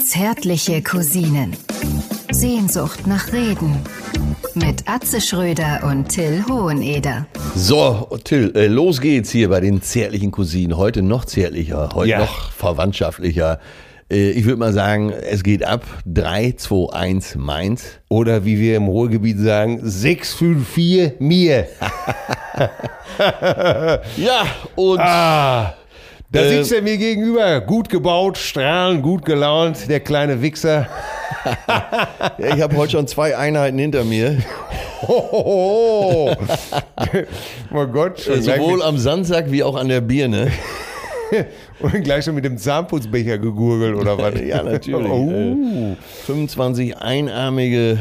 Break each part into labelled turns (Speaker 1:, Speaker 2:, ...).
Speaker 1: Zärtliche Cousinen. Sehnsucht nach Reden. Mit Atze Schröder und Till Hoheneder.
Speaker 2: So, Till, äh, los geht's hier bei den zärtlichen Cousinen. Heute noch zärtlicher, heute
Speaker 3: Ja.
Speaker 2: noch verwandtschaftlicher. Äh, ich würde mal sagen, es geht ab. 3, 2, 1, Mainz.
Speaker 3: Oder wie wir im Ruhrgebiet sagen, 654 mir.
Speaker 2: Ja, und
Speaker 3: Ah, da
Speaker 2: Äh,
Speaker 3: sitzt er mir gegenüber. Gut gebaut, strahlend, gut gelaunt, der kleine Wichser.
Speaker 2: ich habe heute schon zwei Einheiten hinter mir.
Speaker 3: Hohoho. mein Gott, schon gleich
Speaker 2: Äh, Sowohl
Speaker 3: mit,
Speaker 2: am Sandsack wie auch an der Birne.
Speaker 3: und gleich schon mit dem Zahnputzbecher gegurgelt oder was?
Speaker 2: Ja, natürlich. äh.
Speaker 3: Oh,
Speaker 2: 25 einarmige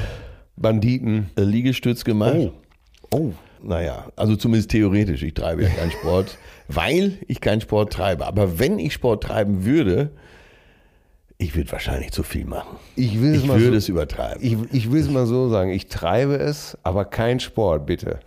Speaker 3: Banditen.
Speaker 2: äh, Liegestütz gemacht.
Speaker 3: Oh.
Speaker 2: Naja, also zumindest theoretisch. Ich treibe ja keinen Sport, weil ich keinen Sport treibe. Aber wenn ich Sport treiben würde, ich würde wahrscheinlich zu viel machen.
Speaker 3: Ich will es
Speaker 2: Ich
Speaker 3: mal
Speaker 2: würde
Speaker 3: so,
Speaker 2: es übertreiben.
Speaker 3: ich, ich will es mal so sagen. Ich treibe es, aber kein Sport, bitte.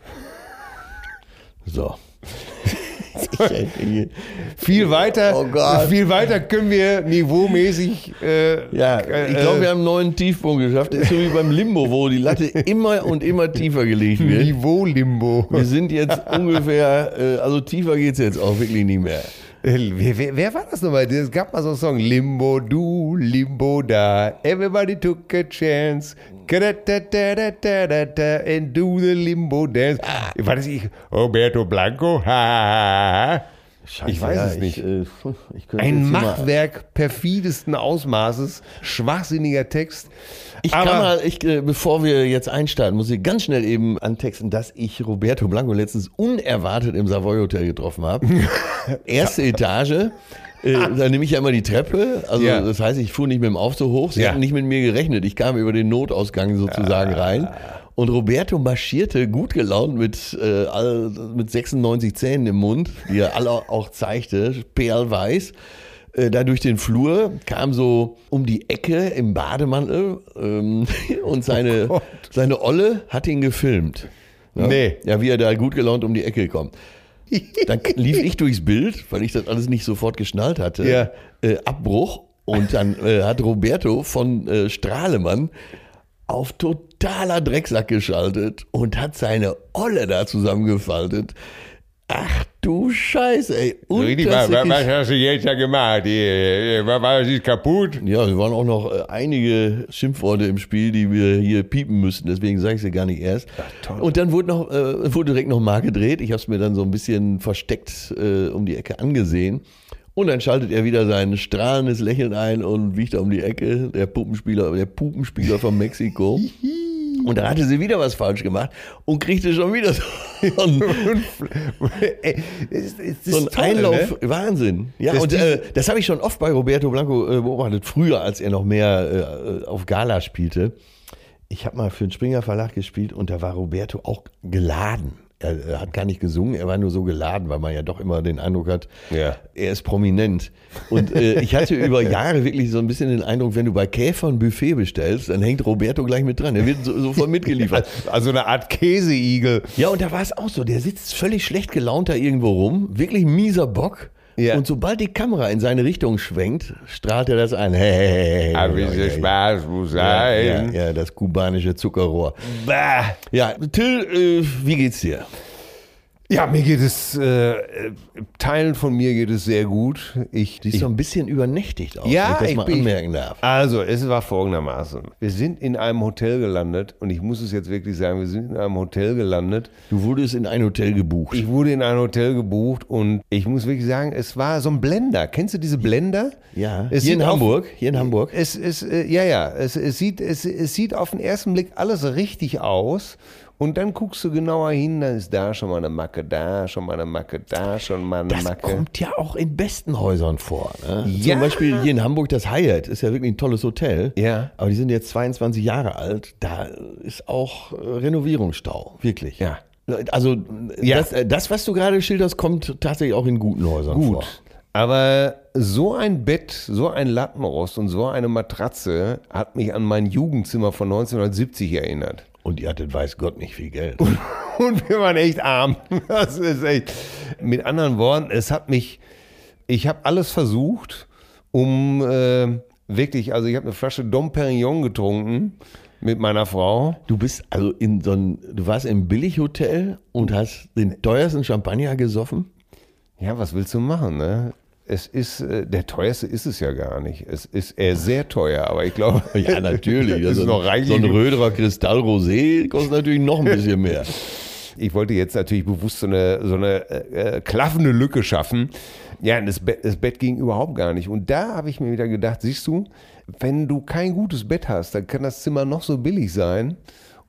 Speaker 2: so. Ich-
Speaker 3: Viel weiter,
Speaker 2: Oh Gott.
Speaker 3: viel weiter können wir niveaumäßig. Äh,
Speaker 2: ja,
Speaker 3: äh,
Speaker 2: ich glaube, wir haben einen neuen Tiefpunkt geschafft. Das ist so wie beim Limbo, wo die Latte immer und immer tiefer gelegt wird.
Speaker 3: Niveau-Limbo.
Speaker 2: Wir sind jetzt ungefähr, äh, also tiefer geht es jetzt auch wirklich nicht mehr.
Speaker 3: Wer, wer, wer war das nochmal? Es gab mal so einen Song. Limbo du, Limbo da. Everybody took a chance. Ka-da-da-da-da-da-da-da, And do the Limbo dance.
Speaker 2: Ah.
Speaker 3: War das ich? Roberto Blanco? Ha, ha, ha, ha.
Speaker 2: Scheiße,
Speaker 3: Ich weiß es nicht.
Speaker 2: Ich, äh, ich könnte jetzt hier
Speaker 3: Ein
Speaker 2: mal-
Speaker 3: Machwerk perfidesten Ausmaßes. Schwachsinniger Text.
Speaker 2: Ich kann mal, ich, äh, bevor wir jetzt einstarten, muss ich ganz schnell eben antexten, dass ich Roberto Blanco letztens unerwartet im Savoy Hotel getroffen habe. Erste Etage. Äh, da nehme ich ja immer die Treppe. Also
Speaker 3: Ja.
Speaker 2: das heißt, ich fuhr nicht mit dem Aufzug hoch. Sie
Speaker 3: Ja. Ah.
Speaker 2: hatten nicht mit mir gerechnet. Ich kam über den Notausgang sozusagen rein. Und Roberto marschierte gut gelaunt mit, äh, all- mit 96 Zähnen im Mund, die er alle auch zeigte, perlweiß äh, da durch den Flur, kam so um die Ecke im Bademantel ähm, und seine,
Speaker 3: Oh Gott.
Speaker 2: seine Olle hat ihn gefilmt. Ja?
Speaker 3: Nee.
Speaker 2: Ja, wie er da gut gelaunt um die Ecke kommt. Dann lief ich durchs Bild, weil ich das alles nicht sofort geschnallt hatte.
Speaker 3: Ja.
Speaker 2: Äh, Abbruch. Und dann äh, hat Roberto von äh, Strahlemann auf totaler Drecksack geschaltet und hat seine Olle da zusammengefaltet. Ach du Scheiße, ey.
Speaker 3: Richtig, wa- wa-
Speaker 2: Unterschiedlich-
Speaker 3: was hast du jetzt da gemacht? Äh, äh, wa- Was ist kaputt?
Speaker 2: Ja, es waren auch noch äh, einige Schimpfworte im Spiel, die wir hier piepen müssten. Deswegen sage ich sie gar nicht erst.
Speaker 3: toll.
Speaker 2: Und dann wurde, noch, äh, wurde direkt nochmal gedreht. Ich habe es mir dann so ein bisschen versteckt äh, um die Ecke angesehen. Und dann schaltet er wieder sein strahlendes Lächeln ein und wiegt um die Ecke. Der Puppenspieler, der Puppenspieler von Mexiko. Und dann hatte sie wieder was falsch gemacht und kriegte schon wieder so einen,
Speaker 3: Ey, es- es ist
Speaker 2: so einen
Speaker 3: toll,
Speaker 2: Einlauf.
Speaker 3: ne?
Speaker 2: Wahnsinn. Ja,
Speaker 3: Dass
Speaker 2: und
Speaker 3: die-
Speaker 2: äh, das habe ich schon oft bei Roberto Blanco äh, beobachtet, früher, als er noch mehr äh, auf Gala spielte. Ich habe mal für den Springer Verlag gespielt und da war Roberto auch geladen. Er, äh, hat gar nicht gesungen, er war nur so geladen, weil man ja doch immer den Eindruck hat,
Speaker 3: Ja.
Speaker 2: er ist prominent. Und äh, ich hatte über Jahre wirklich so ein bisschen den Eindruck, wenn du bei Käfer ein Buffet bestellst, dann hängt Roberto gleich mit dran. Er wird so, sofort mitgeliefert.
Speaker 3: Also eine Art Käseigel.
Speaker 2: Ja, und da war es auch so. Der sitzt völlig schlecht gelaunt da irgendwo rum. Wirklich mieser Bock.
Speaker 3: Ja.
Speaker 2: Und sobald die Kamera in seine Richtung schwenkt, strahlt er das an. Hey, hey, hey, hey,
Speaker 3: Aber
Speaker 2: hey,
Speaker 3: dieser
Speaker 2: hey,
Speaker 3: Spaß muss
Speaker 2: hey. ja,
Speaker 3: sein.
Speaker 2: ja, das kubanische Zuckerrohr.
Speaker 3: Bah.
Speaker 2: Ja, Till, äh, wie geht's dir?
Speaker 3: Ja, mir geht es, äh, äh, Teilen von mir geht es sehr gut. Ich,
Speaker 2: Siehst
Speaker 3: ich
Speaker 2: so ein bisschen übernächtigt aus,
Speaker 3: Ja,
Speaker 2: wenn ich das
Speaker 3: ich
Speaker 2: mal
Speaker 3: bin-
Speaker 2: anmerken darf.
Speaker 3: also, es war folgendermaßen. Wir sind in einem Hotel gelandet und ich muss es jetzt wirklich sagen, wir sind in einem Hotel gelandet.
Speaker 2: Du wurdest in ein Hotel gebucht.
Speaker 3: Ich wurde in ein Hotel gebucht und ich muss wirklich sagen, es war so ein Blender. Kennst du diese Blender?
Speaker 2: ja,
Speaker 3: Es
Speaker 2: hier in
Speaker 3: sieht auf-
Speaker 2: Hamburg. Hier in Hamburg.
Speaker 3: Es ist, äh, ja, ja, es, es, sieht, es, es sieht auf den ersten Blick alles richtig aus. Und dann guckst du genauer hin, dann ist da schon mal eine Macke, da schon mal eine Macke, da schon mal eine
Speaker 2: Das
Speaker 3: Macke.
Speaker 2: kommt ja auch in besten Häusern vor. Ne?
Speaker 3: Ja.
Speaker 2: Zum Beispiel hier in Hamburg das Hyatt ist ja wirklich ein tolles Hotel.
Speaker 3: Ja.
Speaker 2: Aber die sind jetzt 22 Jahre alt. Da ist auch äh, Renovierungsstau, wirklich.
Speaker 3: Ja.
Speaker 2: Also
Speaker 3: Ja.
Speaker 2: Das, äh, das, was du gerade schilderst, kommt tatsächlich auch in guten Häusern vor.
Speaker 3: Gut. Aber so ein Bett, so ein Lattenrost und so eine Matratze hat mich an mein Jugendzimmer von 1970 erinnert.
Speaker 2: Und ihr hattet weiß Gott nicht viel Geld.
Speaker 3: Und wir waren echt arm. Das ist echt. Mit anderen Worten, es hat mich, ich habe alles versucht um äh, wirklich, also ich habe eine Flasche Dom Perignon getrunken mit meiner Frau.
Speaker 2: Du bist also in so ein, du warst im Billighotel und hast den teuersten Champagner gesoffen?
Speaker 3: Ja, was willst du machen, ne? Es ist, äh, der teuerste ist es ja gar nicht. Es ist eher sehr teuer, aber ich glaube.
Speaker 2: Ja, natürlich. Also
Speaker 3: Das ist noch reichlich.
Speaker 2: so ein Röderer Kristallrosé kostet natürlich noch ein bisschen mehr.
Speaker 3: Ich wollte jetzt natürlich bewusst so eine, so eine äh, klaffende Lücke schaffen. Ja, und das, Bett, das Bett ging überhaupt gar nicht. Und da habe ich mir wieder gedacht, siehst du, wenn du kein gutes Bett hast, dann kann das Zimmer noch so billig sein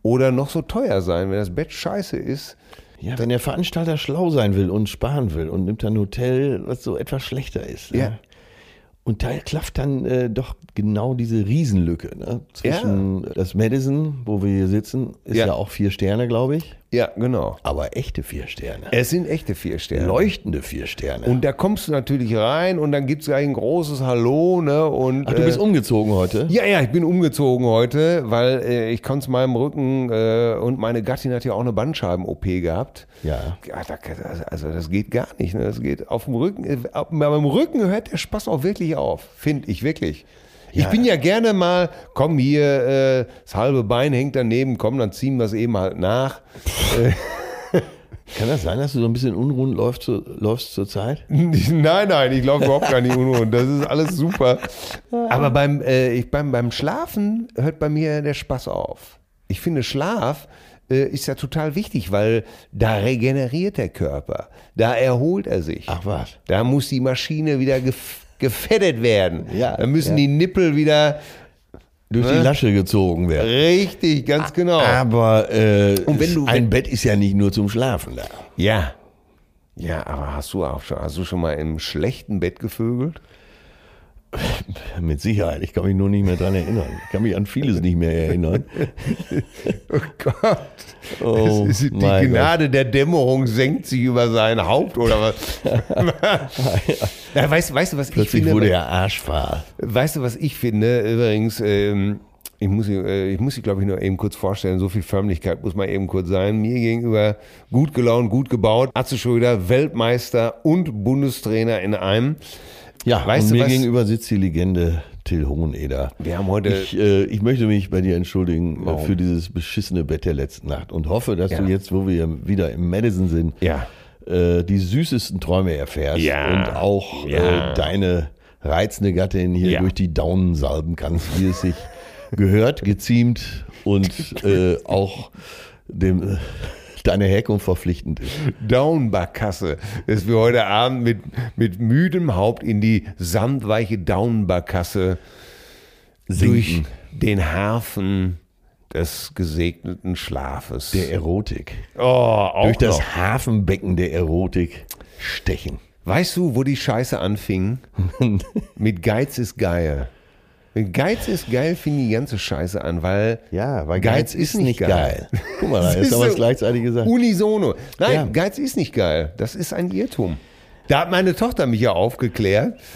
Speaker 3: oder noch so teuer sein. Wenn das Bett scheiße ist,
Speaker 2: Ja, wenn der Veranstalter schlau sein will und sparen will und nimmt dann ein Hotel, was so etwas schlechter ist. Ne?
Speaker 3: Ja.
Speaker 2: Und da klafft dann äh, doch genau diese Riesenlücke ne? zwischen das Madison, wo wir hier sitzen, ist ja,
Speaker 3: Ja.
Speaker 2: auch vier Sterne, glaube ich.
Speaker 3: ja, genau.
Speaker 2: Aber echte vier Sterne.
Speaker 3: Es sind echte vier Sterne.
Speaker 2: Leuchtende vier Sterne.
Speaker 3: Und da kommst du natürlich rein und dann gibt es ein großes Hallo, ne? Und,
Speaker 2: Ach, du bist
Speaker 3: äh,
Speaker 2: umgezogen heute?
Speaker 3: Ja, ja, ich bin umgezogen heute, weil äh, ich konnte es meinem Rücken äh, und meine Gattin hat ja auch eine Bandscheiben-OP gehabt.
Speaker 2: Ja.
Speaker 3: Ja, da, also das geht gar nicht. Ne? Das geht auf dem Rücken. äh, Auf, bei meinem Rücken hört der Spaß auch wirklich auf, finde ich wirklich. Ich
Speaker 2: Ja.
Speaker 3: bin ja gerne mal, komm hier, äh, das halbe Bein hängt daneben, komm, dann ziehen wir es eben halt nach.
Speaker 2: Kann das sein, dass du so ein bisschen unruhend läufst, zu- läufst zur Zeit?
Speaker 3: Nein, nein, ich laufe überhaupt gar nicht unruhig. Das ist alles super. Aber beim, äh, ich, beim, beim Schlafen hört bei mir der Spaß auf. Ich finde, Schlaf äh, ist ja total wichtig, weil da regeneriert der Körper. Da erholt er sich.
Speaker 2: Ach was.
Speaker 3: Da muss die Maschine wieder gef gefettet werden.
Speaker 2: Ja,
Speaker 3: da müssen
Speaker 2: ja.
Speaker 3: die Nippel wieder
Speaker 2: Durch die
Speaker 3: Ne?
Speaker 2: Lasche gezogen werden.
Speaker 3: richtig,
Speaker 2: Ah,
Speaker 3: ganz genau.
Speaker 2: Aber äh,
Speaker 3: Und wenn du-
Speaker 2: ein Bett ist ja nicht nur zum Schlafen da.
Speaker 3: Ja. Ja, aber hast du auch schon, hast du schon mal im schlechten Bett gevögelt?
Speaker 2: Mit Sicherheit. Ich kann mich nur nicht mehr dran erinnern. Ich kann mich an vieles nicht mehr erinnern.
Speaker 3: Oh Gott.
Speaker 2: Oh,
Speaker 3: es ist die
Speaker 2: mein
Speaker 3: Gnade der Dämmerung senkt sich über sein Haupt oder was? ja, weißt, weißt du, was ich
Speaker 2: Plötzlich
Speaker 3: finde?
Speaker 2: wurde er arschfahl.
Speaker 3: Weißt du, was ich finde? Übrigens, ähm, ich muss, sie- äh, ich muss sie, glaube ich, nur eben kurz vorstellen. So viel Förmlichkeit muss mal eben kurz sein. Mir gegenüber gut gelaunt, gut gebaut. Atze Schröder, Weltmeister und Bundestrainer in einem.
Speaker 2: Ja,
Speaker 3: Weißt
Speaker 2: und
Speaker 3: du
Speaker 2: mir
Speaker 3: was?
Speaker 2: gegenüber sitzt die Legende Till Hoheneder.
Speaker 3: Wir haben heute.
Speaker 2: Ich, äh, ich möchte mich bei dir entschuldigen äh,
Speaker 3: Warum?
Speaker 2: für dieses beschissene Bett der letzten Nacht und hoffe, dass
Speaker 3: Ja.
Speaker 2: du jetzt, wo wir wieder im Madison sind,
Speaker 3: Ja.
Speaker 2: äh, die süßesten Träume erfährst
Speaker 3: Ja.
Speaker 2: und auch
Speaker 3: Ja.
Speaker 2: äh, deine reizende Gattin hier
Speaker 3: Ja.
Speaker 2: durch die Daunen salben kannst, wie es sich gehört, geziemt und äh, auch dem, äh, deine Herkunft verpflichtend ist.
Speaker 3: Downbarkasse, dass wir heute Abend mit, mit müdem Haupt in die samtweiche Downbarkasse durch
Speaker 2: Sinken
Speaker 3: den Hafen des gesegneten Schlafes.
Speaker 2: der Erotik.
Speaker 3: oh, auch
Speaker 2: durch das
Speaker 3: noch.
Speaker 2: Hafenbecken der Erotik stechen.
Speaker 3: Weißt du, wo die Scheiße anfing? mit Geiz ist geil. Mit Geiz ist geil fing die ganze Scheiße an, weil
Speaker 2: Ja, weil
Speaker 3: Geiz ist nicht geil.
Speaker 2: Guck mal, da ist aber
Speaker 3: Siehste?
Speaker 2: was gleichzeitig gesagt.
Speaker 3: Unisono. Nein,
Speaker 2: Ja.
Speaker 3: Geiz ist nicht geil. Das ist ein Irrtum. Da hat meine Tochter mich ja aufgeklärt.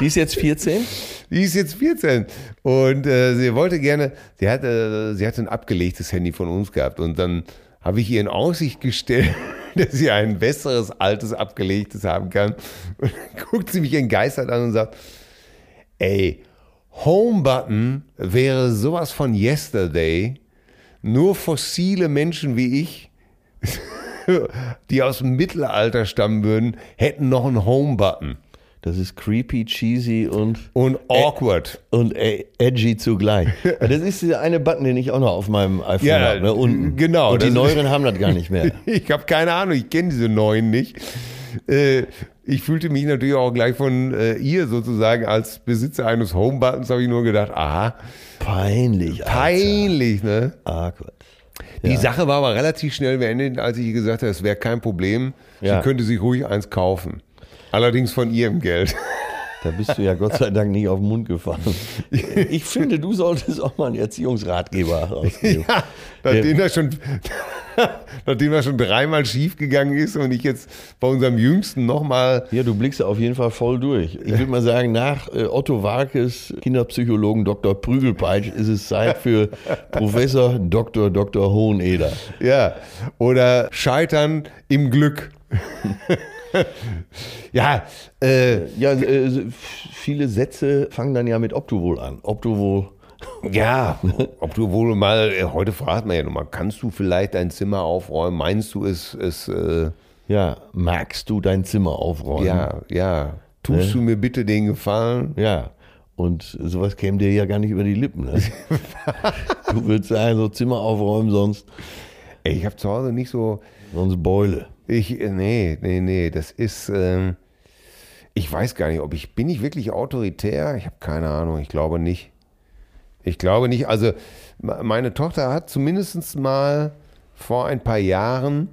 Speaker 2: Die ist jetzt 14?
Speaker 3: Die ist jetzt 14 und äh, sie wollte gerne, sie hat, äh, sie hat ein abgelegtes Handy von uns gehabt und dann habe ich ihr in Aussicht gestellt, dass sie ein besseres, altes, abgelegtes haben kann. Und dann guckt sie mich entgeistert an und sagt, ey, Homebutton wäre sowas von yesterday, nur fossile Menschen wie ich, die aus dem Mittelalter stammen würden, hätten noch einen Homebutton.
Speaker 2: Das ist creepy, cheesy und,
Speaker 3: Und awkward.
Speaker 2: und e- edgy zugleich. Das ist dieser eine Button, den ich auch noch auf meinem iPhone
Speaker 3: Ja,
Speaker 2: habe. Ne? Unten.
Speaker 3: genau,
Speaker 2: Und die
Speaker 3: das-
Speaker 2: Neueren haben das gar nicht mehr.
Speaker 3: Ich habe keine Ahnung, ich kenne diese neuen nicht. Äh, ich fühlte mich natürlich auch gleich von äh, ihr sozusagen als Besitzer eines Homebuttons, habe ich nur gedacht, aha,
Speaker 2: Peinlich. Alter. Ah,
Speaker 3: peinlich, ne?
Speaker 2: Awkward.
Speaker 3: Die Sache war aber relativ schnell beendet, als ich ihr gesagt habe, es wäre kein Problem,
Speaker 2: Ja.
Speaker 3: sie könnte sich ruhig eins kaufen. Allerdings von ihrem Geld.
Speaker 2: Da bist du ja Gott sei Dank nicht auf den Mund gefallen. Ich finde, du solltest auch mal einen Erziehungsratgeber rausgeben.
Speaker 3: Ja, nachdem das schon, nachdem das schon dreimal schief gegangen ist und ich jetzt bei unserem Jüngsten nochmal
Speaker 2: Ja, du blickst auf jeden Fall voll durch. Ich würde mal sagen, nach äh, Otto Warkes Kinderpsychologen Dr. Prügelpeitsch ist es Zeit für Professor Dr. Dr. Hoheneder.
Speaker 3: Ja, oder Scheitern im Glück. ja, äh,
Speaker 2: Ja, äh, viele Sätze fangen dann ja mit ob du wohl an. Ob du wohl.
Speaker 3: Ja, ob du wohl mal, äh, heute fragt man ja nochmal, kannst du vielleicht dein Zimmer aufräumen? Meinst du es, es äh,
Speaker 2: Ja, magst du dein Zimmer aufräumen?
Speaker 3: ja, ja, tust du mir bitte den Gefallen?
Speaker 2: Ja. Und sowas käme dir ja gar nicht über die Lippen. Ne? du würdest sagen, so Zimmer aufräumen, sonst,
Speaker 3: Ey, ich habe zu Hause nicht so,
Speaker 2: sonst Beule.
Speaker 3: ich, äh, nee, nee, nee, das ist, ähm, ich weiß gar nicht, ob ich, bin ich wirklich autoritär? Ich habe keine Ahnung, ich glaube nicht. Ich glaube nicht, also me- meine Tochter hat zumindest mal vor ein paar Jahren,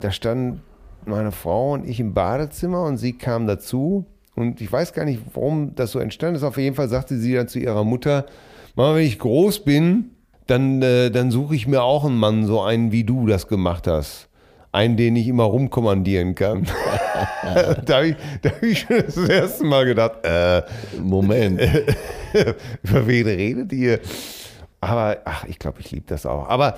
Speaker 3: da standen meine Frau und ich im Badezimmer und sie kam dazu und ich weiß gar nicht, warum das so entstanden ist. Auf jeden Fall sagte sie dann zu ihrer Mutter, Mama, wenn ich groß bin, dann, äh, dann suche ich mir auch einen Mann, so einen wie du das gemacht hast. Einen, den ich immer rumkommandieren kann. da habe ich, da hab ich schon das erste Mal gedacht, äh,
Speaker 2: Moment.
Speaker 3: über wen redet ihr? Aber ach, ich glaube, ich liebe das auch. Aber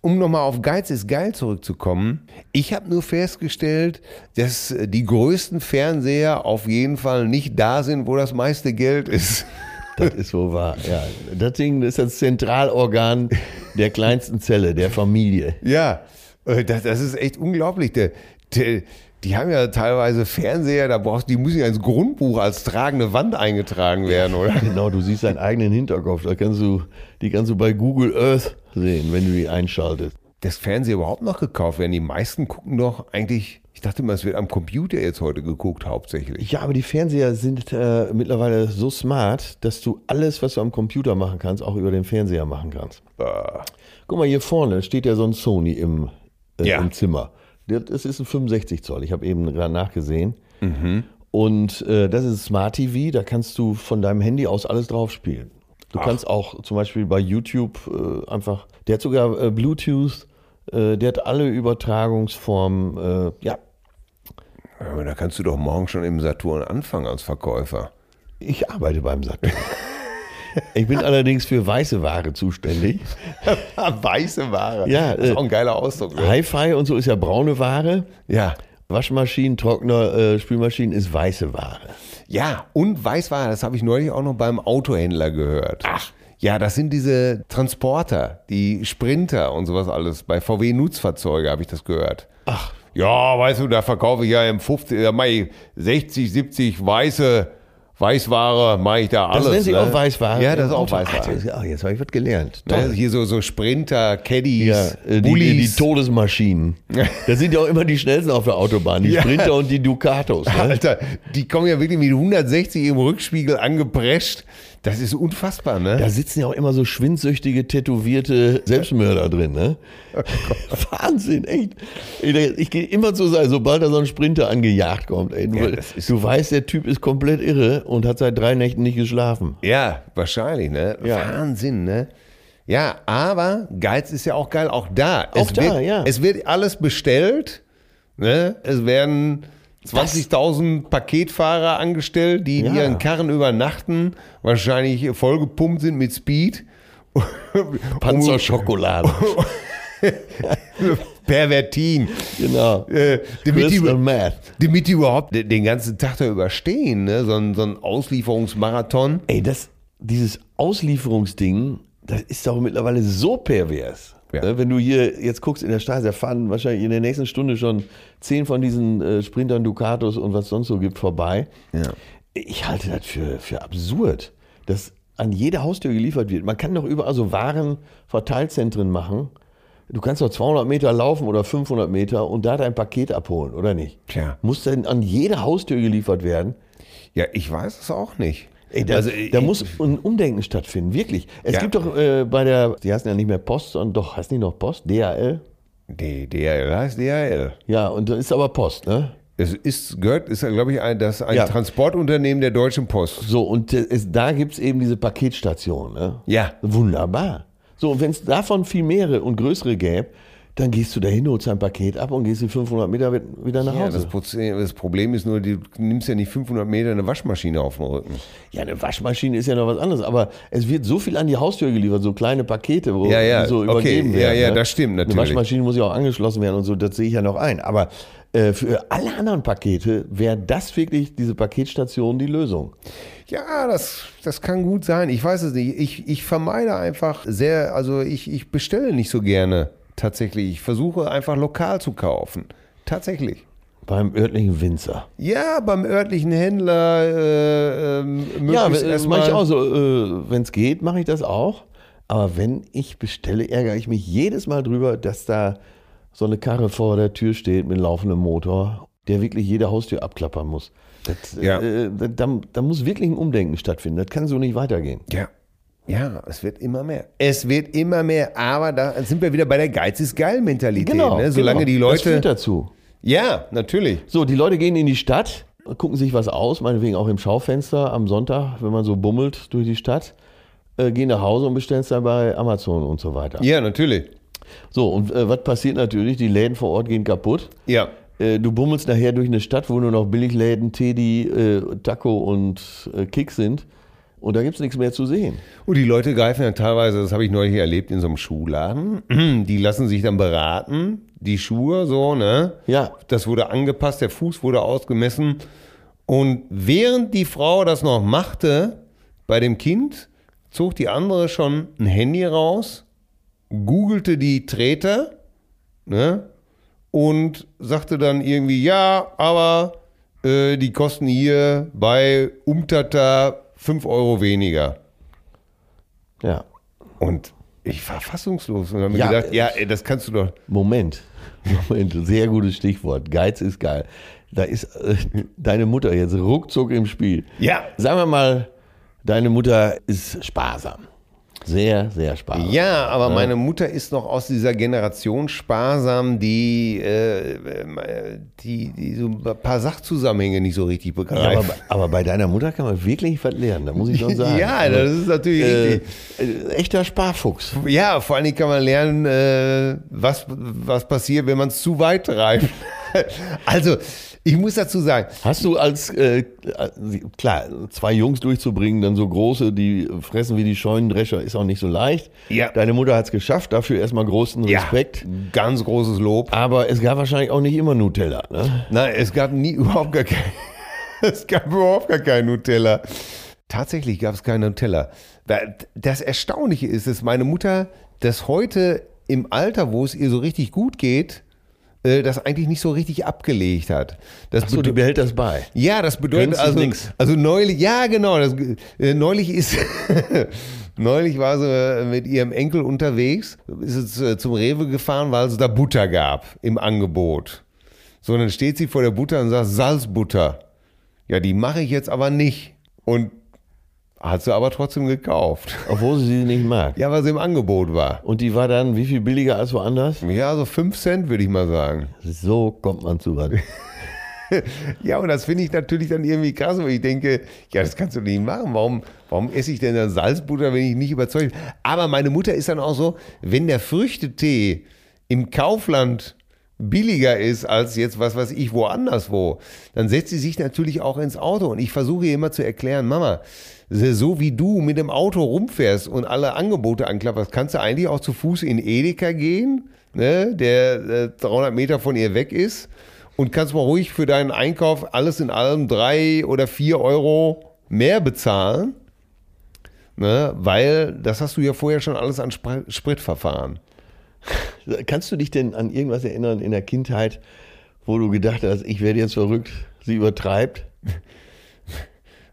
Speaker 3: um nochmal auf Geiz ist geil zurückzukommen, ich habe nur festgestellt, dass äh, die größten Fernseher auf jeden Fall nicht da sind, wo das meiste Geld ist.
Speaker 2: Das ist wohl wahr. Ja, das Ding ist das Zentralorgan der kleinsten Zelle, der Familie.
Speaker 3: Ja, äh, das, das ist echt unglaublich. Der, der, die haben ja teilweise Fernseher, da brauchst die müssen ja ins Grundbuch als tragende Wand eingetragen werden, oder?
Speaker 2: Genau, du siehst deinen eigenen Hinterkopf. Da kannst du, die kannst du bei Google Earth sehen, wenn du die einschaltest.
Speaker 3: das Fernseher überhaupt noch gekauft werden. Die meisten gucken doch eigentlich, ich dachte immer, es wird am Computer jetzt heute geguckt hauptsächlich.
Speaker 2: Ja, aber die Fernseher sind äh, mittlerweile so smart, dass du alles, was du am Computer machen kannst, auch über den Fernseher machen kannst. Guck mal, hier vorne steht ja so ein Sony im, äh,
Speaker 3: Ja.
Speaker 2: im Zimmer. Der- Das ist ein 65 Zoll. Ich habe eben gerade nachgesehen. Und äh, das ist Smart TV. Da kannst du von deinem Handy aus alles drauf spielen. Du kannst auch zum Beispiel bei YouTube äh, einfach, der hat sogar äh, Bluetooth, äh, der hat alle Übertragungsformen. Äh, ja,
Speaker 3: Aber da kannst du doch morgen schon im Saturn anfangen als Verkäufer.
Speaker 2: ich arbeite beim Saturn. ich bin allerdings für weiße Ware zuständig.
Speaker 3: Weiße Ware.
Speaker 2: Ja,
Speaker 3: das ist
Speaker 2: äh,
Speaker 3: auch ein geiler Ausdruck. ne?
Speaker 2: Hi-Fi und so ist ja braune Ware.
Speaker 3: Ja.
Speaker 2: Waschmaschinen, Trockner, äh, Spülmaschinen ist weiße Ware.
Speaker 3: Ja, und Weißware, das habe ich neulich auch noch beim Autohändler gehört. Ach. Ja, das sind diese Transporter, die Sprinter und sowas alles. Bei VW Nutzfahrzeuge habe ich das gehört. Ach. Ja, weißt du, da verkaufe ich ja im 50, da mache ich 60, 70 weiße Weißware, mache ich da alles.
Speaker 2: Das nennt sich
Speaker 3: ne?
Speaker 2: auch Weißware.
Speaker 3: Ja, das ist auch
Speaker 2: Auto- Ah,
Speaker 3: Weißware.
Speaker 2: das- ah, jetzt habe ich was gelernt.
Speaker 3: Ne? Hier so, so Sprinter, Caddies,
Speaker 2: äh, die, die, die
Speaker 3: Bullis.
Speaker 2: Todesmaschinen. Das sind ja auch immer die schnellsten auf der Autobahn. Die
Speaker 3: Ja.
Speaker 2: Sprinter und die Ducatos. Ne?
Speaker 3: Alter, die kommen ja wirklich mit 160 im Rückspiegel angeprescht. Das ist unfassbar, ne?
Speaker 2: Da sitzen ja auch immer so schwindsüchtige, tätowierte Selbstmörder drin. Ne?
Speaker 3: Oh
Speaker 2: Wahnsinn, echt. Ich, ich gehe immer zu sein, sobald da so ein Sprinter angejagt kommt. Ey, du,
Speaker 3: Ja, das ist-
Speaker 2: du weißt, der Typ ist komplett irre und hat seit drei Nächten nicht geschlafen.
Speaker 3: Ja, wahrscheinlich, ne? Wahnsinn, ne? Ja, aber Geiz ist ja auch geil, auch da.
Speaker 2: Auch
Speaker 3: es
Speaker 2: da,
Speaker 3: wird,
Speaker 2: ja.
Speaker 3: Es wird alles bestellt, ne? Es werden 20.000 Paketfahrer angestellt, die
Speaker 2: Ja.
Speaker 3: in ihren Karren übernachten, wahrscheinlich vollgepumpt sind mit Speed.
Speaker 2: Panzerschokolade.
Speaker 3: Pervertin.
Speaker 2: genau.
Speaker 3: Äh, damit, die,
Speaker 2: Crystal Meth.
Speaker 3: damit die überhaupt de- den ganzen Tag da überstehen, ne? So ein, so ein Auslieferungsmarathon.
Speaker 2: Ey, das, dieses Auslieferungsding, das ist doch mittlerweile so pervers.
Speaker 3: Ja.
Speaker 2: Ne, Wenn du hier jetzt guckst in der Straße, da fahren wahrscheinlich in der nächsten Stunde schon zehn von diesen äh, Sprintern, Ducatos und was sonst so gibt vorbei.
Speaker 3: Ja.
Speaker 2: Ich halte das für, für absurd, dass an jede Haustür geliefert wird. Man kann doch überall so Warenverteilzentren machen. Du kannst doch 200 Meter laufen oder 500 Meter und da dein Paket abholen, oder nicht?
Speaker 3: Tja.
Speaker 2: Muss dann an jede Haustür geliefert werden?
Speaker 3: Ja, ich weiß es auch nicht.
Speaker 2: Ey, da,
Speaker 3: Also,
Speaker 2: da
Speaker 3: ich-
Speaker 2: muss ein Umdenken stattfinden, wirklich. Es
Speaker 3: Ja.
Speaker 2: gibt doch äh, bei der, die heißen ja nicht mehr Post, sondern doch, heißt die noch Post? DHL?
Speaker 3: Nee, DHL heißt DHL.
Speaker 2: Ja, und das ist aber Post, ne?
Speaker 3: Es ist, gehört, ist, glaube ich, ein, das ein
Speaker 2: Ja.
Speaker 3: Transportunternehmen der Deutschen Post.
Speaker 2: So, und äh, es, da gibt es eben diese Paketstation, ne?
Speaker 3: Ja.
Speaker 2: Wunderbar. So, und wenn es davon viel mehrere und größere gäbe, Dann gehst du dahin, holst ein Paket ab und gehst die 500 Meter wieder nach
Speaker 3: Ja,
Speaker 2: Hause.
Speaker 3: das, Proze- das Problem ist nur, du nimmst ja nicht 500 Meter eine Waschmaschine auf den Rücken.
Speaker 2: Ja, eine Waschmaschine ist ja noch was anderes, aber es wird so viel an die Haustür geliefert, so kleine Pakete, wo
Speaker 3: Ja, ja,
Speaker 2: die so
Speaker 3: okay,
Speaker 2: übergeben
Speaker 3: ja,
Speaker 2: werden.
Speaker 3: ja,
Speaker 2: ne?
Speaker 3: das stimmt natürlich.
Speaker 2: Eine Waschmaschine muss ja auch angeschlossen werden und so, das sehe ich ja noch ein. Aber äh, für alle anderen Pakete wäre das wirklich, diese Paketstation, die Lösung.
Speaker 3: Ja, das, das kann gut sein. Ich weiß es nicht. Ich, ich vermeide einfach sehr, also ich, ich bestelle nicht so gerne tatsächlich. Ich versuche einfach lokal zu kaufen. Tatsächlich.
Speaker 2: Beim örtlichen Winzer.
Speaker 3: Ja, beim örtlichen Händler äh, ähm,
Speaker 2: Ja, das
Speaker 3: möglichst erstmal-
Speaker 2: mache ich auch so. Äh, wenn es geht, mache ich das auch. Aber wenn ich bestelle, ärgere ich mich jedes Mal drüber, dass da so eine Karre vor der Tür steht mit laufendem Motor, der wirklich jede Haustür abklappern muss. Das,
Speaker 3: Ja.
Speaker 2: äh, da- da, da muss wirklich ein Umdenken stattfinden. Das kann so nicht weitergehen.
Speaker 3: Ja. Ja, es wird immer mehr. Es wird immer mehr, aber da sind wir wieder bei der Geiz ist geil Mentalität. ne? Solange die
Speaker 2: Genau, Das führt
Speaker 3: Leute.
Speaker 2: dazu.
Speaker 3: Ja, natürlich.
Speaker 2: So, die Leute gehen in die Stadt, gucken sich was aus, meinetwegen auch im Schaufenster am Sonntag, wenn man so bummelt durch die Stadt, äh, gehen nach Hause und bestellen es dann bei Amazon und so weiter.
Speaker 3: Ja, natürlich.
Speaker 2: So, und äh, was passiert natürlich? Die Läden vor Ort gehen kaputt.
Speaker 3: Ja.
Speaker 2: Äh, du bummelst nachher durch eine Stadt, wo nur noch Billigläden, Teddy, äh, Taco und äh, Kick sind. Und da gibt es nichts mehr zu sehen.
Speaker 3: Und Oh, die Leute greifen ja teilweise, das habe ich neulich erlebt, in so einem Schuhladen. Die lassen sich dann beraten, die Schuhe so, ne?
Speaker 2: Ja.
Speaker 3: Das wurde angepasst, der Fuß wurde ausgemessen. Und während die Frau das noch machte, bei dem Kind, zog die andere schon ein Handy raus, googelte die Treter, ne? Und sagte dann irgendwie, ja, aber äh, die kosten hier bei Umtata 5 Euro weniger.
Speaker 2: Ja.
Speaker 3: Und ich war fassungslos und habe mir
Speaker 2: Ja,
Speaker 3: gedacht,
Speaker 2: äh,
Speaker 3: ja, ey, das kannst du doch.
Speaker 2: Moment. Moment. Sehr gutes Stichwort. Geiz ist geil. Da ist äh, deine Mutter jetzt ruckzuck im Spiel.
Speaker 3: Ja.
Speaker 2: Sagen wir mal, deine Mutter ist sparsam. Sehr, sehr sparsam.
Speaker 3: Ja, aber meine Mutter ist noch aus dieser Generation sparsam, die, äh, äh, die, die so ein paar Sachzusammenhänge nicht so richtig
Speaker 2: Ja, aber,
Speaker 3: begreift.
Speaker 2: aber bei deiner Mutter kann man wirklich was lernen, da muss ich schon sagen.
Speaker 3: ja, das ist natürlich
Speaker 2: äh,
Speaker 3: richtig.
Speaker 2: äh, echter Sparfuchs.
Speaker 3: Ja, vor allen Dingen kann man lernen, äh, was, was passiert, wenn man es zu weit treibt. also, ich muss dazu sagen,
Speaker 2: Hast du als, äh, äh, klar, zwei Jungs durchzubringen, dann so große, die fressen wie die Scheunendrescher, ist auch nicht so leicht.
Speaker 3: Ja.
Speaker 2: Deine Mutter hat es geschafft, dafür erstmal großen Respekt.
Speaker 3: ja, ganz großes Lob.
Speaker 2: Aber es gab wahrscheinlich auch nicht immer Nutella. Ne?
Speaker 3: Nein, es gab nie überhaupt gar kein, es gab überhaupt gar keinen Nutella. Tatsächlich gab es keinen Nutella. Da- Das Erstaunliche ist, dass meine Mutter das heute im Alter, wo es ihr so richtig gut geht, äh, das eigentlich nicht so richtig abgelegt hat. Das
Speaker 2: So, die
Speaker 3: bedeu-
Speaker 2: behält das bei.
Speaker 3: ja, das bedeutet
Speaker 2: Gönnst es
Speaker 3: also,
Speaker 2: nix.
Speaker 3: also neulich, ja genau, das, äh, neulich ist, neulich war sie äh, mit ihrem Enkel unterwegs, ist es äh, zum Rewe gefahren, weil es da Butter gab im Angebot. So, und dann steht sie vor der Butter und sagt, Salzbutter. Ja, die mache ich jetzt aber nicht. Und hat sie aber trotzdem gekauft.
Speaker 2: Obwohl sie sie nicht mag.
Speaker 3: Ja, weil sie im Angebot war.
Speaker 2: Und die war dann wie viel billiger als woanders?
Speaker 3: Ja, so 5 Cent würde ich mal sagen.
Speaker 2: So kommt man zu was.
Speaker 3: Ja, und das finde ich natürlich dann irgendwie krass, weil ich denke, ja, das kannst du nicht machen. Warum, warum esse ich denn dann Salzbutter, wenn ich nicht überzeugt bin? Aber meine Mutter ist dann auch so, wenn der Früchtetee im Kaufland billiger ist als jetzt was weiß ich woanders wo, dann setzt sie sich natürlich auch ins Auto. Und ich versuche ihr immer zu erklären, Mama, so wie du mit dem Auto rumfährst und alle Angebote anklapperst, kannst du eigentlich auch zu Fuß in Edeka gehen, ne, der äh, 300 Meter von ihr weg ist und kannst mal ruhig für deinen Einkauf alles in allem drei oder vier Euro mehr bezahlen, ne? weil das hast du ja vorher schon alles an Spr Spritverfahren.
Speaker 2: Kannst du dich denn an irgendwas erinnern in der Kindheit, wo du gedacht hast, ich werde jetzt verrückt, sie übertreibt?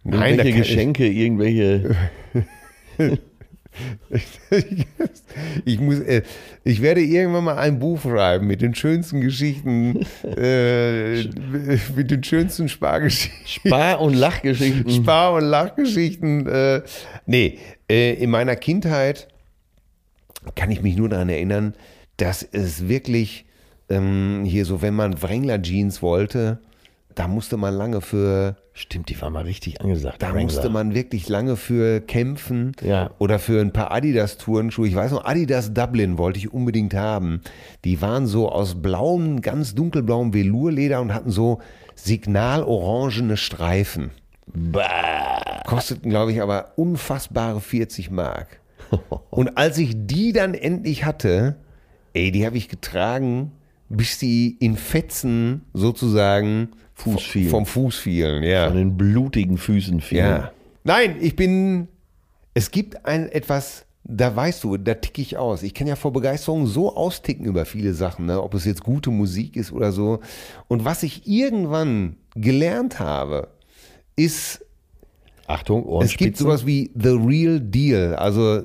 Speaker 3: da
Speaker 2: Irgendwelche
Speaker 3: kann ich-
Speaker 2: Geschenke, irgendwelche.
Speaker 3: Ich, muss, äh, ich werde irgendwann mal ein Buch schreiben mit den schönsten Geschichten, äh, mit den schönsten Spargeschichten.
Speaker 2: Spar- und Lachgeschichten.
Speaker 3: Spar- und Lachgeschichten. Äh, nee, äh, in meiner Kindheit kann ich mich nur daran erinnern, dass es wirklich ähm, hier so, wenn man Wrangler-Jeans wollte, da musste man lange für
Speaker 2: Stimmt, die war mal richtig angesagt.
Speaker 3: Da
Speaker 2: Wrangler.
Speaker 3: musste man wirklich lange für kämpfen
Speaker 2: Ja.
Speaker 3: oder für ein paar Adidas-Tourenschuhe. Ich weiß noch, Adidas Dublin wollte ich unbedingt haben. Die waren so aus blauem, ganz dunkelblauem Velourleder und hatten so signalorangene Streifen.
Speaker 2: Bah.
Speaker 3: Kosteten, glaube ich, aber unfassbare 40 Mark. Und als ich die dann endlich hatte, ey, die habe ich getragen, bis sie in Fetzen sozusagen
Speaker 2: Fuß
Speaker 3: v-
Speaker 2: fielen.
Speaker 3: vom Fuß fielen. Ja.
Speaker 2: An den blutigen Füßen fiel.
Speaker 3: Ja. Nein, ich bin. Es gibt ein etwas, da weißt du, da ticke ich aus. Ich kann ja vor Begeisterung so austicken über viele Sachen, ne? ob es jetzt gute Musik ist oder so. Und was ich irgendwann gelernt habe, ist,
Speaker 2: Achtung,
Speaker 3: es gibt
Speaker 2: Ohrenspitzen.
Speaker 3: sowas wie The Real Deal, also